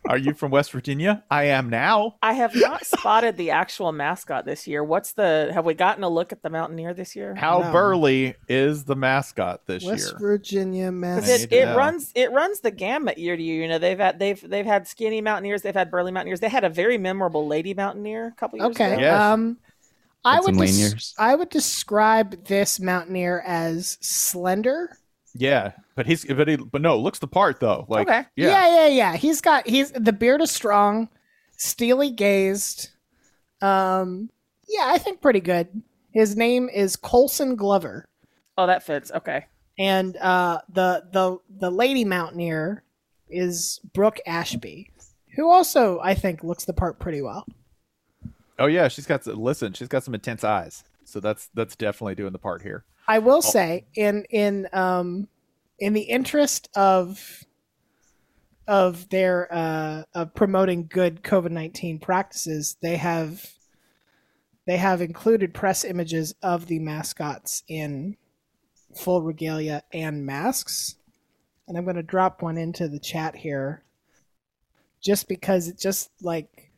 [SPEAKER 1] Are you from West Virginia? I am now.
[SPEAKER 2] I have not *laughs* spotted the actual mascot this year. What's the? Have we gotten a look at the Mountaineer this year?
[SPEAKER 1] How
[SPEAKER 3] No.
[SPEAKER 1] Burley is the mascot this
[SPEAKER 3] West
[SPEAKER 1] year.
[SPEAKER 3] Virginia,
[SPEAKER 2] Because
[SPEAKER 1] I
[SPEAKER 3] Mass.
[SPEAKER 1] need
[SPEAKER 2] it,
[SPEAKER 1] to
[SPEAKER 2] it
[SPEAKER 1] know.
[SPEAKER 2] runs it runs the gamut year to year. You know they've had they've they've had skinny mountaineers, they've had burly mountaineers. They had a very memorable lady mountaineer a couple years
[SPEAKER 3] Okay.
[SPEAKER 2] ago.
[SPEAKER 1] Yes.
[SPEAKER 3] Um I
[SPEAKER 5] Got
[SPEAKER 3] would
[SPEAKER 5] some
[SPEAKER 3] des-
[SPEAKER 5] lanyards.
[SPEAKER 3] I would describe this mountaineer as slender.
[SPEAKER 1] yeah, but he's but he but no, looks the part though. Like
[SPEAKER 2] Okay.
[SPEAKER 1] yeah.
[SPEAKER 3] yeah, yeah, yeah. He's got he's the beard is strong, steely gazed. Um, yeah, I think pretty good. His name is Colson Glover,
[SPEAKER 2] Oh, that fits.
[SPEAKER 3] *laughs*
[SPEAKER 2] Okay.
[SPEAKER 3] and uh, the the the lady mountaineer is Brooke Ashby, who also I think looks the part pretty well.
[SPEAKER 1] Oh yeah, she's got some, listen, she's got some intense eyes. So that's that's definitely doing the part here.
[SPEAKER 3] I will say in in um in the interest of of their uh, of promoting good COVID nineteen practices, they have they have included press images of the mascots in full regalia and masks. And I'm going to drop one into the chat here, just because it just like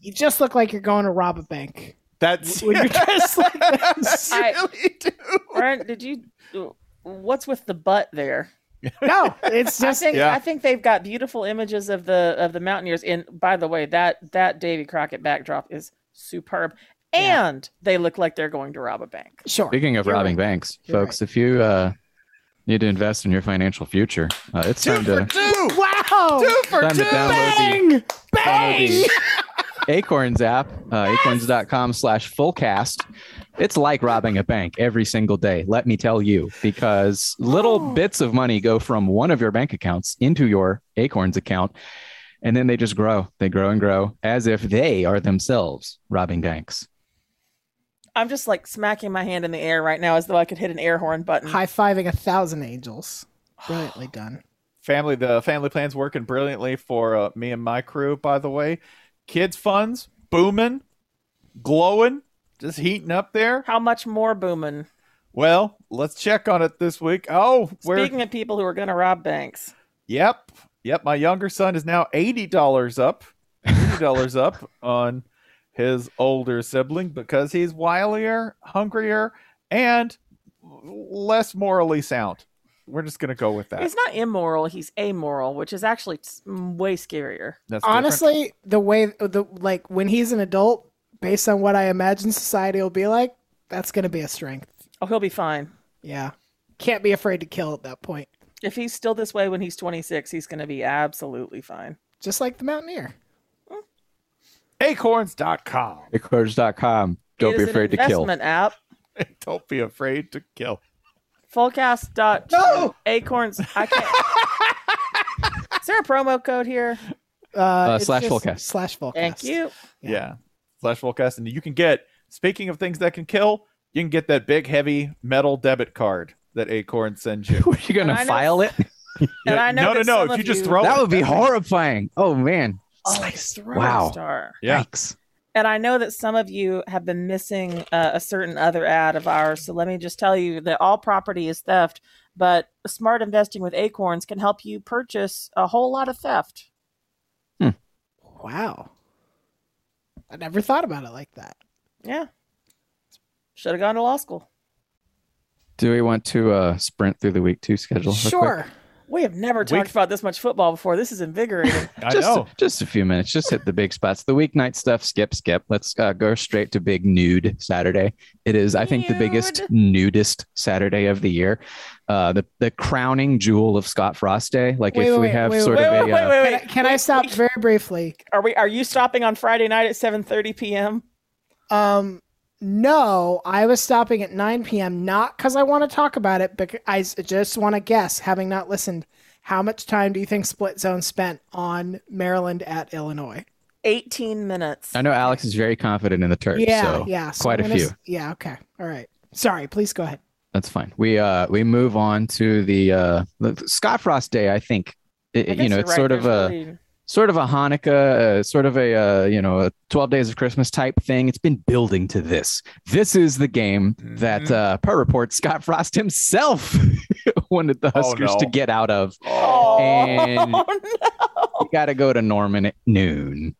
[SPEAKER 3] you just look like you're going to rob a bank
[SPEAKER 1] That's
[SPEAKER 3] when you're dressed like this.
[SPEAKER 2] I-
[SPEAKER 7] really do.
[SPEAKER 2] Brent, did you? What's with the butt there?
[SPEAKER 3] No, it's
[SPEAKER 2] *laughs* I
[SPEAKER 3] just
[SPEAKER 2] think
[SPEAKER 1] yeah.
[SPEAKER 2] I think they've got beautiful images of the of the Mountaineers. And by the way, that that Davy Crockett backdrop is superb,
[SPEAKER 3] Yeah.
[SPEAKER 2] and they look like they're going to rob a bank.
[SPEAKER 3] sure.
[SPEAKER 5] Speaking of
[SPEAKER 3] You're
[SPEAKER 5] robbing banks,
[SPEAKER 3] You're
[SPEAKER 5] folks, if you uh, need to invest in your financial future, uh, it's
[SPEAKER 7] Two
[SPEAKER 5] time
[SPEAKER 7] for
[SPEAKER 5] to,
[SPEAKER 7] two.
[SPEAKER 3] Wow!
[SPEAKER 7] Two for
[SPEAKER 5] time
[SPEAKER 7] two.
[SPEAKER 5] to download
[SPEAKER 3] Bang!
[SPEAKER 5] the, download
[SPEAKER 3] Bang!
[SPEAKER 5] the *laughs* Acorns app, uh, acorns.com slash fullcast. It's like robbing a bank every single day, let me tell you, because little bits of money go from one of your bank accounts into your Acorns account, and then they just grow. They grow and grow as if they are themselves robbing banks.
[SPEAKER 2] I'm just like smacking my hand in the air right now as though I could hit an air horn button.
[SPEAKER 3] High fiving a thousand angels. Brilliantly done.
[SPEAKER 1] family the family plan's working brilliantly for uh, me and my crew by the way kids funds booming glowing just heating up there
[SPEAKER 2] How much more booming?
[SPEAKER 1] well let's check on it this week oh we're
[SPEAKER 2] Speaking of people who are going to rob banks,
[SPEAKER 1] yep yep my younger son is now $80 up $80 up on his older sibling because he's wilier hungrier and less morally sound we're just gonna go with that
[SPEAKER 2] he's not immoral; he's amoral, which is actually s- way scarier.
[SPEAKER 1] That's different.
[SPEAKER 3] Honestly, the way the like when he's an adult, based on what I imagine society will be like, that's gonna be a strength.
[SPEAKER 2] Oh, he'll be fine.
[SPEAKER 3] Yeah. Can't be afraid to kill at that point.
[SPEAKER 2] If he's still this way when he's 26, he's going to be absolutely fine.
[SPEAKER 3] Just like the Mountaineer.
[SPEAKER 1] acorns.com
[SPEAKER 5] Acorns.com. Don't
[SPEAKER 2] It
[SPEAKER 5] be
[SPEAKER 2] is an
[SPEAKER 5] afraid to kill.
[SPEAKER 2] investment app.
[SPEAKER 1] *laughs* don't be afraid to kill
[SPEAKER 2] Fullcast dot
[SPEAKER 7] No!
[SPEAKER 2] acorns. I can't. *laughs* Is there a promo code here?
[SPEAKER 3] Uh, it's
[SPEAKER 5] slash
[SPEAKER 3] just-
[SPEAKER 5] Volcast.
[SPEAKER 3] Slash Volcast.
[SPEAKER 2] Thank you.
[SPEAKER 3] Yeah.
[SPEAKER 1] Yeah. Slash Volcast. And you can get, speaking of things that can kill, you can get that big, heavy metal debit card that Acorn sends you.
[SPEAKER 5] *laughs* Were you going
[SPEAKER 2] And I
[SPEAKER 5] to
[SPEAKER 2] know-
[SPEAKER 5] file it?
[SPEAKER 2] And I know
[SPEAKER 1] no, no,
[SPEAKER 2] that
[SPEAKER 1] no.
[SPEAKER 2] some
[SPEAKER 1] If you
[SPEAKER 2] of
[SPEAKER 1] just
[SPEAKER 2] you-
[SPEAKER 1] throw
[SPEAKER 5] That
[SPEAKER 1] it.
[SPEAKER 5] would be horrifying. Oh, man.
[SPEAKER 2] Slice
[SPEAKER 5] Wow.
[SPEAKER 2] Oh, Star.
[SPEAKER 1] Yeah.
[SPEAKER 5] Yikes.
[SPEAKER 2] And I know that some of you have been missing uh, a certain other ad of ours. So let me just tell you that all property is theft, but smart investing with acorns can help you purchase a whole lot of theft.
[SPEAKER 3] Wow. I never thought about it like that.
[SPEAKER 2] Yeah. Should have gone to law school.
[SPEAKER 5] Do we want to uh, sprint through the week two schedule? real quick?
[SPEAKER 3] Sure.
[SPEAKER 2] We have never talked about this much football before. This is
[SPEAKER 5] *laughs*
[SPEAKER 2] invigorating.
[SPEAKER 1] I
[SPEAKER 5] Just,
[SPEAKER 1] know.
[SPEAKER 5] just a few minutes. Just hit the big spots. The weeknight stuff, skip, skip. Let's uh, go straight to big nude Saturday. It is, I think, the biggest nudist Saturday of the year. Uh, the, the crowning jewel of Scott Frost Day. Like,
[SPEAKER 3] Wait,
[SPEAKER 5] if
[SPEAKER 3] wait,
[SPEAKER 5] we have
[SPEAKER 3] wait,
[SPEAKER 5] sort
[SPEAKER 2] wait,
[SPEAKER 5] of
[SPEAKER 2] wait,
[SPEAKER 5] a.
[SPEAKER 2] wait,
[SPEAKER 5] uh,
[SPEAKER 2] wait,
[SPEAKER 3] Can I, can I stop very briefly?
[SPEAKER 2] Are we? Are you stopping on Friday night at seven thirty p.m.?
[SPEAKER 3] Um, no, I was stopping at 9 p.m. Not because I want to talk about it, but I s- just want to guess, having not listened, how much time do you think Split Zone spent on Maryland at Illinois?
[SPEAKER 2] Eighteen minutes.
[SPEAKER 5] I know Alex is very confident in the Terps.
[SPEAKER 3] yeah,
[SPEAKER 5] so
[SPEAKER 3] yeah, so
[SPEAKER 5] quite
[SPEAKER 3] I'm
[SPEAKER 5] a
[SPEAKER 3] gonna
[SPEAKER 5] few.
[SPEAKER 3] s- Yeah, okay, all right. Sorry, please go ahead.
[SPEAKER 5] That's fine. We uh we move on to the uh the- Scott Frost Day. I think It-
[SPEAKER 2] I
[SPEAKER 5] you
[SPEAKER 2] guess
[SPEAKER 5] know
[SPEAKER 2] you're
[SPEAKER 5] it's
[SPEAKER 2] right,
[SPEAKER 5] sort of
[SPEAKER 2] there's
[SPEAKER 5] a
[SPEAKER 2] really-
[SPEAKER 5] sort of a Hanukkah, uh, sort of a uh, you know a twelve days of Christmas type thing. It's been building to this. This is the game that
[SPEAKER 2] Mm-hmm.
[SPEAKER 5] uh, per report Scott Frost himself *laughs* wanted the
[SPEAKER 1] Oh,
[SPEAKER 5] Huskers to
[SPEAKER 1] no.
[SPEAKER 5] get out of.
[SPEAKER 2] Oh,
[SPEAKER 5] And-
[SPEAKER 2] no. *laughs*
[SPEAKER 5] You got to go to Norman at noon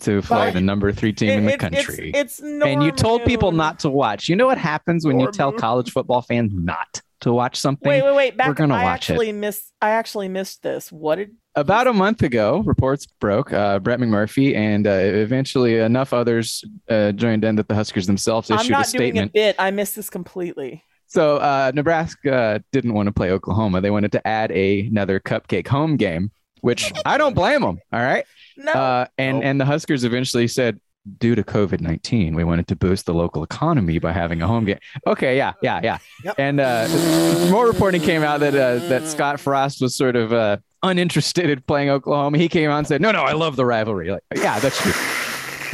[SPEAKER 5] to play
[SPEAKER 2] But
[SPEAKER 5] the number three team in the
[SPEAKER 2] It- it's-
[SPEAKER 5] country.
[SPEAKER 2] It's,
[SPEAKER 5] and you told people
[SPEAKER 2] Norman.
[SPEAKER 5] not to watch. You know what happens when you
[SPEAKER 1] Norman.
[SPEAKER 5] tell college football fans not to watch something?
[SPEAKER 2] Wait, wait, wait. Back.
[SPEAKER 5] gonna
[SPEAKER 2] I
[SPEAKER 5] watch it.
[SPEAKER 2] actually missed. I actually missed this. What did?
[SPEAKER 5] About a month ago, reports broke. Uh, Brett McMurphy and uh, eventually enough others uh, joined in that the Huskers themselves
[SPEAKER 2] I'm
[SPEAKER 5] issued a
[SPEAKER 2] not doing a
[SPEAKER 5] statement.
[SPEAKER 2] bit. I missed this completely.
[SPEAKER 5] So uh, Nebraska didn't want to play Oklahoma. They wanted to add a, another cupcake home game, which I don't blame them. All right.
[SPEAKER 2] No.
[SPEAKER 5] Uh, and
[SPEAKER 1] Nope.
[SPEAKER 5] and the Huskers eventually said, due to COVID nineteen, we wanted to boost the local economy by having a home game. Okay, yeah, yeah, yeah.
[SPEAKER 3] Yep.
[SPEAKER 5] And uh, more reporting came out that uh, that Scott Frost was sort of uh, uninterested in playing Oklahoma. He came out and said, no, no, I love the rivalry. Like, yeah, that's true.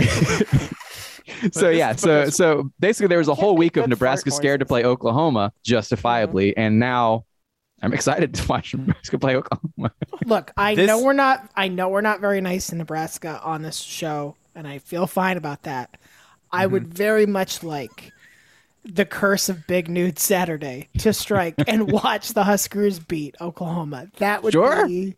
[SPEAKER 5] *laughs* so yeah, so so basically there was a
[SPEAKER 2] Can't
[SPEAKER 5] whole
[SPEAKER 2] make
[SPEAKER 5] week of
[SPEAKER 2] good Mm-hmm.
[SPEAKER 5] Nebraska
[SPEAKER 2] fart
[SPEAKER 5] scared to
[SPEAKER 2] noises.
[SPEAKER 5] play Oklahoma justifiably, and now I'm excited to watch *laughs* Nebraska play Oklahoma.
[SPEAKER 3] Look, I
[SPEAKER 1] This-
[SPEAKER 3] know we're not I know we're not very nice in Nebraska on this show, and I feel fine about that. I
[SPEAKER 5] Mm-hmm.
[SPEAKER 3] would very much like the curse of Big Nude Saturday to strike
[SPEAKER 5] *laughs*
[SPEAKER 3] and watch the Huskers beat Oklahoma. That would
[SPEAKER 5] Sure.
[SPEAKER 3] be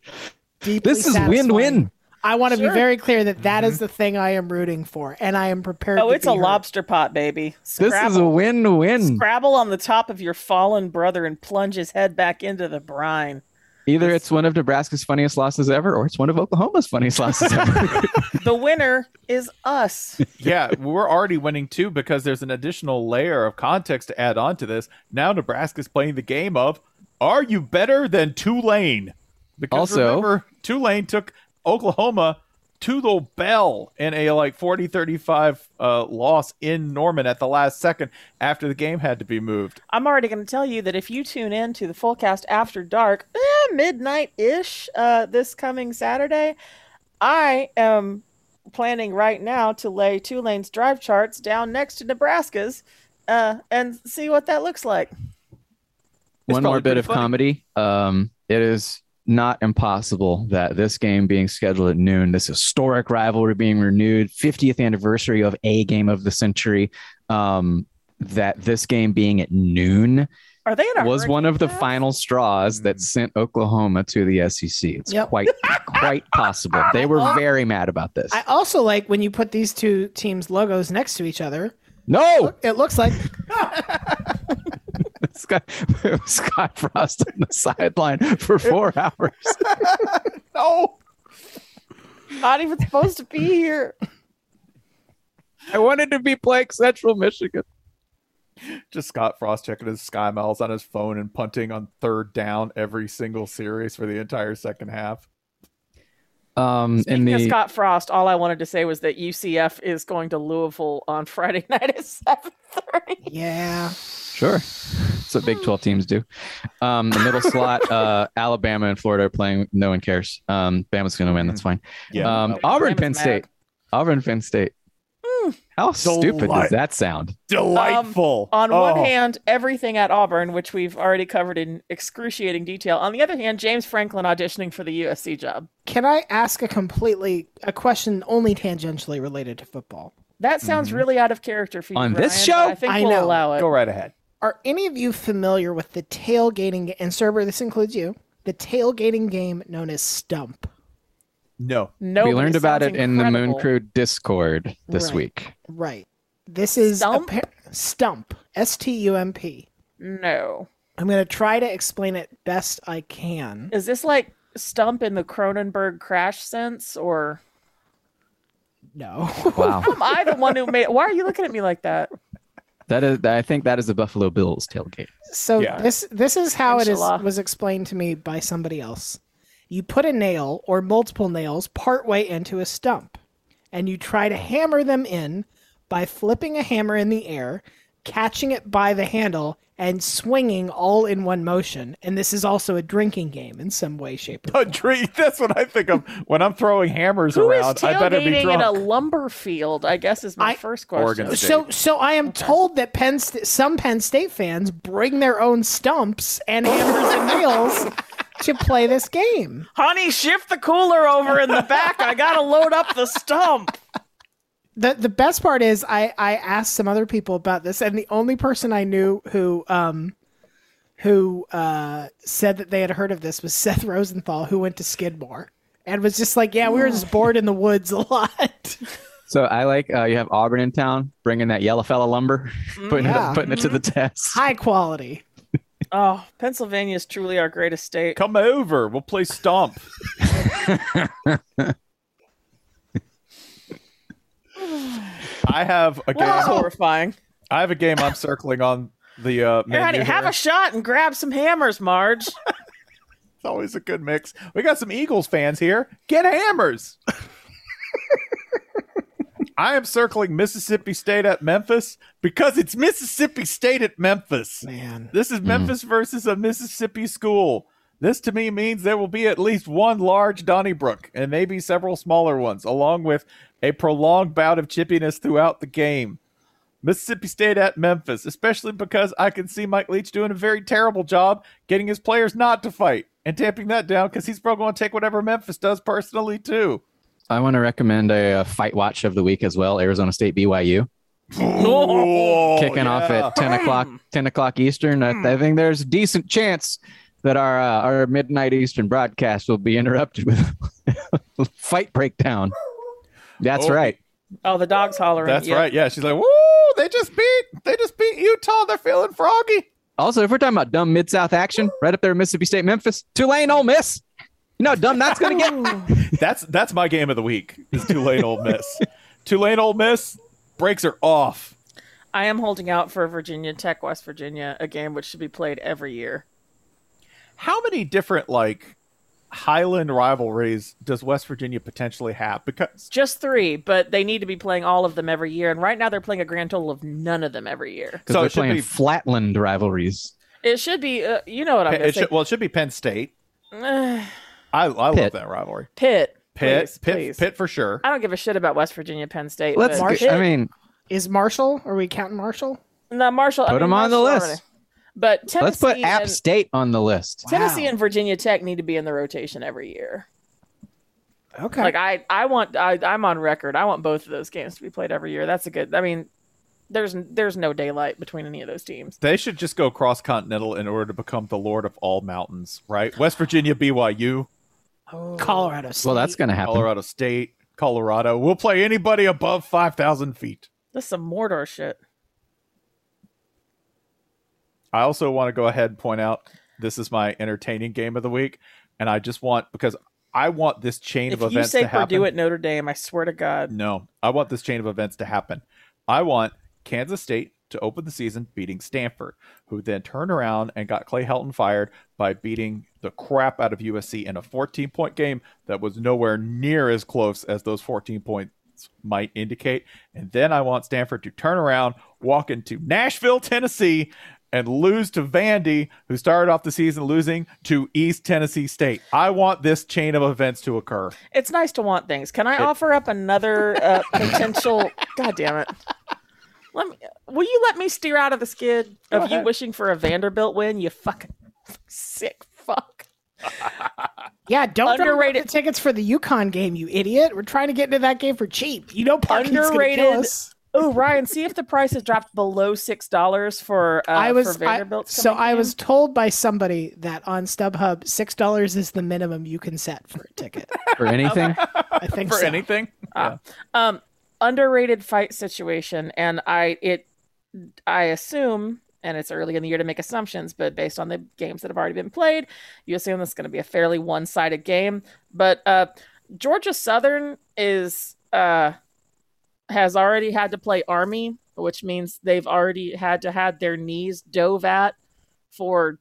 [SPEAKER 3] deeply
[SPEAKER 5] This is
[SPEAKER 3] satisfying.
[SPEAKER 5] win-win. Mm-hmm.
[SPEAKER 3] I want to
[SPEAKER 2] Sure.
[SPEAKER 3] be very clear that that is the thing I am rooting for, and I am prepared.
[SPEAKER 2] Oh,
[SPEAKER 3] to
[SPEAKER 2] it's
[SPEAKER 3] be
[SPEAKER 2] a
[SPEAKER 3] hurt.
[SPEAKER 2] lobster pot, baby.
[SPEAKER 5] This
[SPEAKER 2] Scrabble.
[SPEAKER 5] is a win-win.
[SPEAKER 2] Scrabble on the top of your fallen brother and plunge his head back into the brine.
[SPEAKER 5] Either it's one of Nebraska's funniest losses ever, or it's one of Oklahoma's funniest losses ever.
[SPEAKER 2] The winner is us.
[SPEAKER 1] yeah, we're already winning too because there's an additional layer of context to add on to this. Now Nebraska's playing the game of are you better than Tulane? Because
[SPEAKER 5] Also-
[SPEAKER 1] remember, Tulane took Oklahoma to the bell in a like 40 35 uh, loss in Norman at the last second after the game had to be moved.
[SPEAKER 2] I'm already going to tell you that if you tune in to the full cast after dark, eh, midnight ish, uh, this coming Saturday, I am planning right now to lay Tulane's drive charts down next to Nebraska's uh, and see what that looks like.
[SPEAKER 5] one more
[SPEAKER 1] probably
[SPEAKER 5] bit
[SPEAKER 1] pretty
[SPEAKER 5] of
[SPEAKER 1] funny.
[SPEAKER 5] comedy. Um, it is not impossible that this game being scheduled at noon, this historic rivalry being renewed, 50th anniversary of a game of the century, um, that this game being at noon
[SPEAKER 2] Are they in a
[SPEAKER 5] was one of the
[SPEAKER 2] hurricane?
[SPEAKER 5] final straws that sent Oklahoma to the SEC. It's
[SPEAKER 3] Yep.
[SPEAKER 5] quite quite possible. They were very mad about this.
[SPEAKER 3] I also like when you put these two teams' logos next to each other.
[SPEAKER 5] no,
[SPEAKER 3] Look, It looks
[SPEAKER 5] *laughs*
[SPEAKER 3] like
[SPEAKER 5] Scott, *laughs* Scott Frost on the sideline
[SPEAKER 2] *laughs*
[SPEAKER 5] for four hours.
[SPEAKER 1] No,
[SPEAKER 2] Not even supposed to be here.
[SPEAKER 5] I wanted to be playing Central Michigan.
[SPEAKER 1] just Scott Frost checking his sky miles on his phone and punting on third down every single series for the entire second half.
[SPEAKER 5] Um, *laughs* in
[SPEAKER 2] Speaking of
[SPEAKER 5] the
[SPEAKER 2] Scott Frost, all I wanted to say was that UCF is going to Louisville on Friday *laughs* night at seven thirty.
[SPEAKER 3] yeah.
[SPEAKER 5] Sure. That's what Big 12 teams do. Um, the
[SPEAKER 2] *laughs*
[SPEAKER 5] middle slot, uh, Alabama and Florida are playing. No one cares. Um, Bama's going to win. That's fine.
[SPEAKER 1] Yeah.
[SPEAKER 5] um, Auburn,
[SPEAKER 2] Bama's Hmm. mad.
[SPEAKER 5] Penn
[SPEAKER 2] Hmm.
[SPEAKER 5] State. Auburn, Penn State. How stupid
[SPEAKER 1] Delight.
[SPEAKER 5] does that sound?
[SPEAKER 1] Delightful.
[SPEAKER 2] Um,
[SPEAKER 1] Oh,
[SPEAKER 2] On
[SPEAKER 1] one
[SPEAKER 2] one
[SPEAKER 5] Oh.
[SPEAKER 2] hand, everything at Auburn, which we've already covered in excruciating detail. On the other hand, James Franklin auditioning for the USC job.
[SPEAKER 3] Can I ask a completely a question only tangentially related to football?
[SPEAKER 2] That sounds really out of character for you.
[SPEAKER 5] Mm-hmm. On this
[SPEAKER 2] Brian, but
[SPEAKER 5] show?
[SPEAKER 2] I think
[SPEAKER 3] I
[SPEAKER 2] we'll
[SPEAKER 3] know.
[SPEAKER 2] allow it.
[SPEAKER 1] go right ahead.
[SPEAKER 3] Are any of you familiar with the tailgating and server? This includes you. The tailgating game known as stump.
[SPEAKER 1] No. *laughs*
[SPEAKER 2] No,
[SPEAKER 5] we
[SPEAKER 2] but
[SPEAKER 5] learned about it
[SPEAKER 2] sounds
[SPEAKER 5] in the Moon
[SPEAKER 2] incredible.
[SPEAKER 5] Crew Discord this
[SPEAKER 3] Right.
[SPEAKER 5] week.
[SPEAKER 3] Right. This is
[SPEAKER 2] Stump?
[SPEAKER 3] appa- stump. S T U M P.
[SPEAKER 2] No,
[SPEAKER 3] I'm going to try to explain it best I can.
[SPEAKER 2] is this like stump in the Cronenberg crash sense, or
[SPEAKER 3] No.
[SPEAKER 5] Wow.
[SPEAKER 2] *laughs* am I the one who made it? Why are you looking at me like that?
[SPEAKER 5] that is, I think that is the Buffalo Bills tailgate.
[SPEAKER 3] So
[SPEAKER 1] Yeah.
[SPEAKER 3] this this is how it is
[SPEAKER 2] Inshallah.
[SPEAKER 3] was explained to me by somebody else. You put a nail or multiple nails partway into a stump, and you try to hammer them in by flipping a hammer in the air, catching it by the handle, and swinging all in one motion. And this is also a drinking game in some way, shape, or
[SPEAKER 1] A drink. That's what I think of when I'm throwing hammers
[SPEAKER 2] Who is
[SPEAKER 1] around. I better be
[SPEAKER 2] tailgating in a
[SPEAKER 1] drunk.
[SPEAKER 2] lumber field? I guess is my
[SPEAKER 3] I-
[SPEAKER 2] first question.
[SPEAKER 1] Oregon State.
[SPEAKER 3] So, so I am told that Penn St- some Penn State fans bring their own stumps and hammers and nails to play this game.
[SPEAKER 2] Honey, shift the cooler over in the back. I gotta load up the stump.
[SPEAKER 3] the the best part is I I asked some other people about this, and the only person I knew who um who uh said that they had heard of this was *laughs* Seth Rosenthal, who went to Skidmore and was just like, yeah, we were just bored in the woods a lot. *laughs*
[SPEAKER 5] So I like uh, you have Auburn in town, bringing that yellow fella lumber, *laughs* putting,
[SPEAKER 3] Yeah.
[SPEAKER 5] it, putting it to the test.
[SPEAKER 3] High quality.
[SPEAKER 2] Oh, Pennsylvania is truly our greatest state.
[SPEAKER 1] Come over. We'll play
[SPEAKER 2] *laughs*
[SPEAKER 1] stomp. I have a
[SPEAKER 2] Well, that's
[SPEAKER 1] game.
[SPEAKER 2] horrifying.
[SPEAKER 1] I have a game I'm circling on the uh,
[SPEAKER 2] Here,
[SPEAKER 1] menu.
[SPEAKER 2] honey, have
[SPEAKER 1] here.
[SPEAKER 2] a shot and grab some hammers, Marge.
[SPEAKER 1] it's always a good mix. We got some Eagles fans here. Get hammers. I am circling Mississippi State at Memphis because it's Mississippi State at Memphis.
[SPEAKER 3] Man,
[SPEAKER 1] This
[SPEAKER 5] Mm-hmm.
[SPEAKER 1] is Memphis versus a Mississippi school. This to me means there will be at least one large Donnybrook and maybe several smaller ones, along with a prolonged bout of chippiness throughout the game. Mississippi State at Memphis, especially because I can see Mike Leach doing a very terrible job getting his players not to fight and tamping that down because he's probably going to take whatever Memphis does personally too.
[SPEAKER 5] I want to recommend a, uh fight watch of the week as well. Arizona State BYU
[SPEAKER 1] Oh,
[SPEAKER 5] kicking off at ten o'clock, ten o'clock Eastern. I, I think there's a decent chance that our uh, our midnight Eastern broadcast will be interrupted with *laughs* a fight breakdown. That's
[SPEAKER 1] Oh,
[SPEAKER 5] right.
[SPEAKER 2] Oh, the dog's hollering.
[SPEAKER 1] That's
[SPEAKER 2] yeah.
[SPEAKER 1] right. Yeah, she's like, "Woo! They just beat. They just beat Utah. They're feeling froggy."
[SPEAKER 5] Also, if we're talking about dumb Mid South action, right up there, Mississippi State, Memphis, Tulane, Ole Miss. You know, how dumb that's gonna
[SPEAKER 1] *laughs*
[SPEAKER 5] get. *laughs*
[SPEAKER 1] That's that's my game of the week. Is Tulane Ole Miss? Tulane Ole Miss breaks are off.
[SPEAKER 2] I am holding out for Virginia Tech, West Virginia, a game which should be played every year.
[SPEAKER 1] How many different like Highland rivalries does West Virginia potentially have? Because
[SPEAKER 2] Just three, but they need to be playing all of them every year. And right now they're playing a grand total of none of them every year.
[SPEAKER 5] Because
[SPEAKER 1] So
[SPEAKER 5] we're
[SPEAKER 1] it should
[SPEAKER 5] playing
[SPEAKER 1] be-
[SPEAKER 5] flatland rivalries.
[SPEAKER 2] It should be, uh, you know what I'm
[SPEAKER 1] it
[SPEAKER 2] going
[SPEAKER 1] should, well, it should be Penn
[SPEAKER 2] *sighs*
[SPEAKER 1] State.
[SPEAKER 2] to say.
[SPEAKER 1] I, I love
[SPEAKER 5] Pitt.
[SPEAKER 1] that rivalry.
[SPEAKER 2] Pitt.
[SPEAKER 1] Pitt,
[SPEAKER 2] Please,
[SPEAKER 1] Pitt,
[SPEAKER 2] please.
[SPEAKER 1] Pitt for sure.
[SPEAKER 2] I don't give a shit about West Virginia, Penn State.
[SPEAKER 5] Let's.
[SPEAKER 2] but-
[SPEAKER 5] I mean,
[SPEAKER 3] Is Marshall? Are we counting Marshall?
[SPEAKER 2] no, Marshall. I
[SPEAKER 5] Put
[SPEAKER 2] mean,
[SPEAKER 5] them on the
[SPEAKER 2] Marshall's
[SPEAKER 5] list.
[SPEAKER 2] already- But Tennessee,
[SPEAKER 5] let's put App
[SPEAKER 2] and,
[SPEAKER 5] State on the list.
[SPEAKER 2] Tennessee and Virginia Tech need to be in the rotation every year.
[SPEAKER 3] Okay.
[SPEAKER 2] Like I, I want, I, I'm on record. I want both of those games to be played every year. That's a good. I mean, there's there's no daylight between any of those teams.
[SPEAKER 1] They should just go cross continental in order to become the lord of all mountains, right? West Virginia, BYU,
[SPEAKER 5] Oh.
[SPEAKER 3] Colorado State.
[SPEAKER 5] Well, that's gonna happen.
[SPEAKER 1] Colorado State, Colorado. We'll play anybody above 5,000 feet.
[SPEAKER 2] This is some Mordor shit.
[SPEAKER 1] I also want to go ahead and point out this is my entertaining game of the week. And I just want, because I want this chain
[SPEAKER 2] If
[SPEAKER 1] of
[SPEAKER 2] you
[SPEAKER 1] events
[SPEAKER 2] say
[SPEAKER 1] to happen.
[SPEAKER 2] Purdue at Notre Dame, I swear to God,
[SPEAKER 1] No, I want this chain of events to happen. I want Kansas State to open the season beating Stanford, who then turned around and got Clay Helton fired by beating the crap out of USC in a 14 point game that was nowhere near as close as those 14 points might indicate. And then I want Stanford to turn around, walk into Nashville, Tennessee, and lose to Vandy, who started off the season losing to East Tennessee State. I want this chain of events to occur.
[SPEAKER 2] it's nice to want things. Can I offer up another *laughs* uh, potential? God damn it. Let me, will you let me steer out of the skid of you wishing for a Vanderbilt win? You fucking sick fuck.
[SPEAKER 3] yeah, don't drop
[SPEAKER 2] Underrated-
[SPEAKER 3] the tickets for the Yukon game, you idiot. We're trying to get into that game for cheap. You know, parking's gonna
[SPEAKER 2] Underrated-
[SPEAKER 3] Kill us.
[SPEAKER 2] Oh, Ryan, see if the price has dropped below six dollars for uh,
[SPEAKER 3] I was
[SPEAKER 2] for
[SPEAKER 3] I-
[SPEAKER 2] Vanderbilt's
[SPEAKER 3] so
[SPEAKER 2] coming
[SPEAKER 3] I
[SPEAKER 2] game.
[SPEAKER 3] was told by somebody that on StubHub six dollars is the minimum you can set for a
[SPEAKER 2] *laughs*
[SPEAKER 3] ticket.
[SPEAKER 5] *laughs* for anything.
[SPEAKER 3] I
[SPEAKER 1] *laughs*
[SPEAKER 3] think
[SPEAKER 1] For
[SPEAKER 3] so.
[SPEAKER 1] anything?
[SPEAKER 2] um underrated fight situation and i it i assume and it's early in the year to make assumptions but based on the games that have already been played you assume this is going to be a fairly one-sided game but uh georgia southern is uh has already had to play army which means they've already had to had their knees dove at for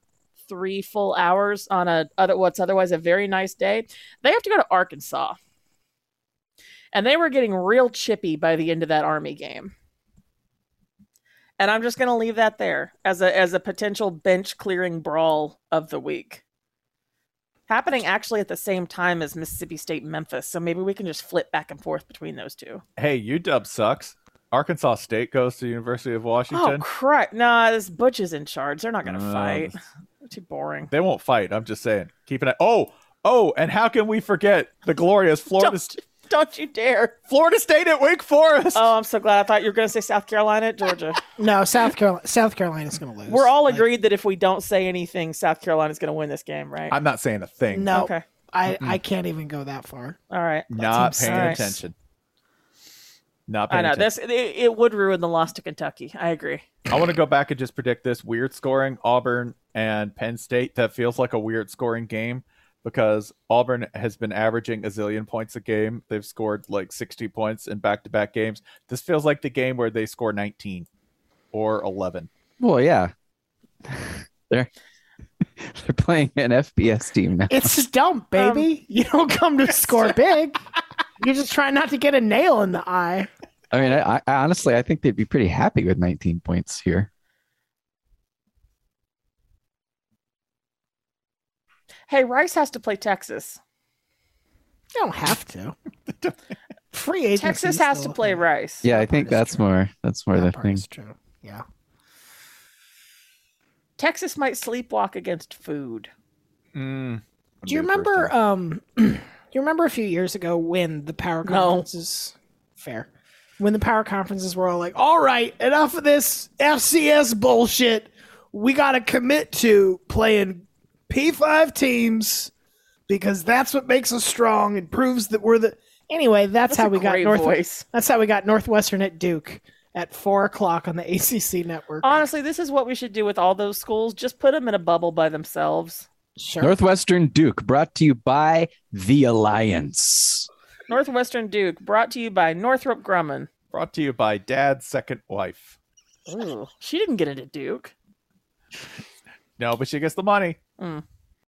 [SPEAKER 2] three full hours on a other what's otherwise a very nice day they have to go to arkansas and they were getting real chippy by the end of that army game. And I'm just going to leave that there as a as a potential bench clearing brawl of the week. Happening actually at the same time as Mississippi State Memphis, so maybe we can just flip back and forth between those two.
[SPEAKER 1] hey, UW sucks. Arkansas State goes to the University of
[SPEAKER 2] Oh
[SPEAKER 1] Washington.
[SPEAKER 2] crap! Nah, this Butch is in charge. They're not going to
[SPEAKER 1] Uh,
[SPEAKER 2] fight. Too boring.
[SPEAKER 1] They won't fight. I'm just saying. Keep an eye. Oh, oh, and how can we forget the glorious Florida
[SPEAKER 2] Don't, don't you dare!
[SPEAKER 1] Florida State at Wake Forest?
[SPEAKER 2] Oh, I'm so glad. I thought you were going to say South Carolina at Georgia.
[SPEAKER 3] No, South Carolina. South Carolina's going to lose.
[SPEAKER 2] we're all
[SPEAKER 3] Like,
[SPEAKER 2] agreed that if we don't say anything, South Carolina's going to win this game, right?
[SPEAKER 1] I'm not saying a thing.
[SPEAKER 3] No,
[SPEAKER 2] Okay.
[SPEAKER 3] I I can't even go that far.
[SPEAKER 2] All right.
[SPEAKER 1] not
[SPEAKER 3] That's
[SPEAKER 1] paying
[SPEAKER 2] nice.
[SPEAKER 1] attention. Not
[SPEAKER 2] I
[SPEAKER 1] paying
[SPEAKER 2] know
[SPEAKER 1] attention.
[SPEAKER 2] this. It, it would ruin the loss to Kentucky. I agree.
[SPEAKER 1] I want to go back and just predict this weird scoring Auburn and Penn State. That feels like a weird scoring game because Auburn has been averaging a zillion points a game. They've scored like 60 points in back to back games. This feels like the game where they score 19 or 11.
[SPEAKER 2] *laughs*
[SPEAKER 5] Well, yeah. They're they're playing an FBS team now.
[SPEAKER 3] It's just dumb,
[SPEAKER 2] Um,
[SPEAKER 3] baby. you don't come
[SPEAKER 2] *laughs*
[SPEAKER 3] to score big. You're just trying not to get a nail in the eye.
[SPEAKER 5] I mean, I, I honestly I think they'd be pretty happy with 19 points here.
[SPEAKER 2] Hey, Rice has to play Texas. *laughs*
[SPEAKER 3] You don't have to. Free agency.
[SPEAKER 2] Texas has to play rice.
[SPEAKER 5] Yeah, I think
[SPEAKER 3] part is
[SPEAKER 5] that's
[SPEAKER 3] true.
[SPEAKER 5] more that's more the
[SPEAKER 3] That part
[SPEAKER 5] thing.
[SPEAKER 3] is true. Yeah.
[SPEAKER 2] Texas might sleepwalk against food.
[SPEAKER 1] Mm.
[SPEAKER 3] Do you remember? Um, *clears throat* do you remember a few years ago when the power
[SPEAKER 2] No.
[SPEAKER 3] conferences? Fair. When the power conferences were all like, "All right, enough of this FCS bullshit. We got to commit to playing P5 teams because that's what makes us strong and proves that we're the." Anyway, that's,
[SPEAKER 2] a
[SPEAKER 3] how we got
[SPEAKER 2] great
[SPEAKER 3] North.
[SPEAKER 2] voice.
[SPEAKER 3] That's how we got Northwestern at Duke at four o'clock on the ACC network.
[SPEAKER 2] Honestly, this is what we should do with all those schools. Just put them in a bubble by themselves.
[SPEAKER 3] sure.
[SPEAKER 5] Northwestern Duke brought to you by The Alliance.
[SPEAKER 2] Northwestern Duke, brought to you by Northrop Grumman.
[SPEAKER 1] Brought to you by Dad's second wife.
[SPEAKER 2] Ooh, she didn't get into Duke.
[SPEAKER 1] No, but she gets the money.
[SPEAKER 2] Mm.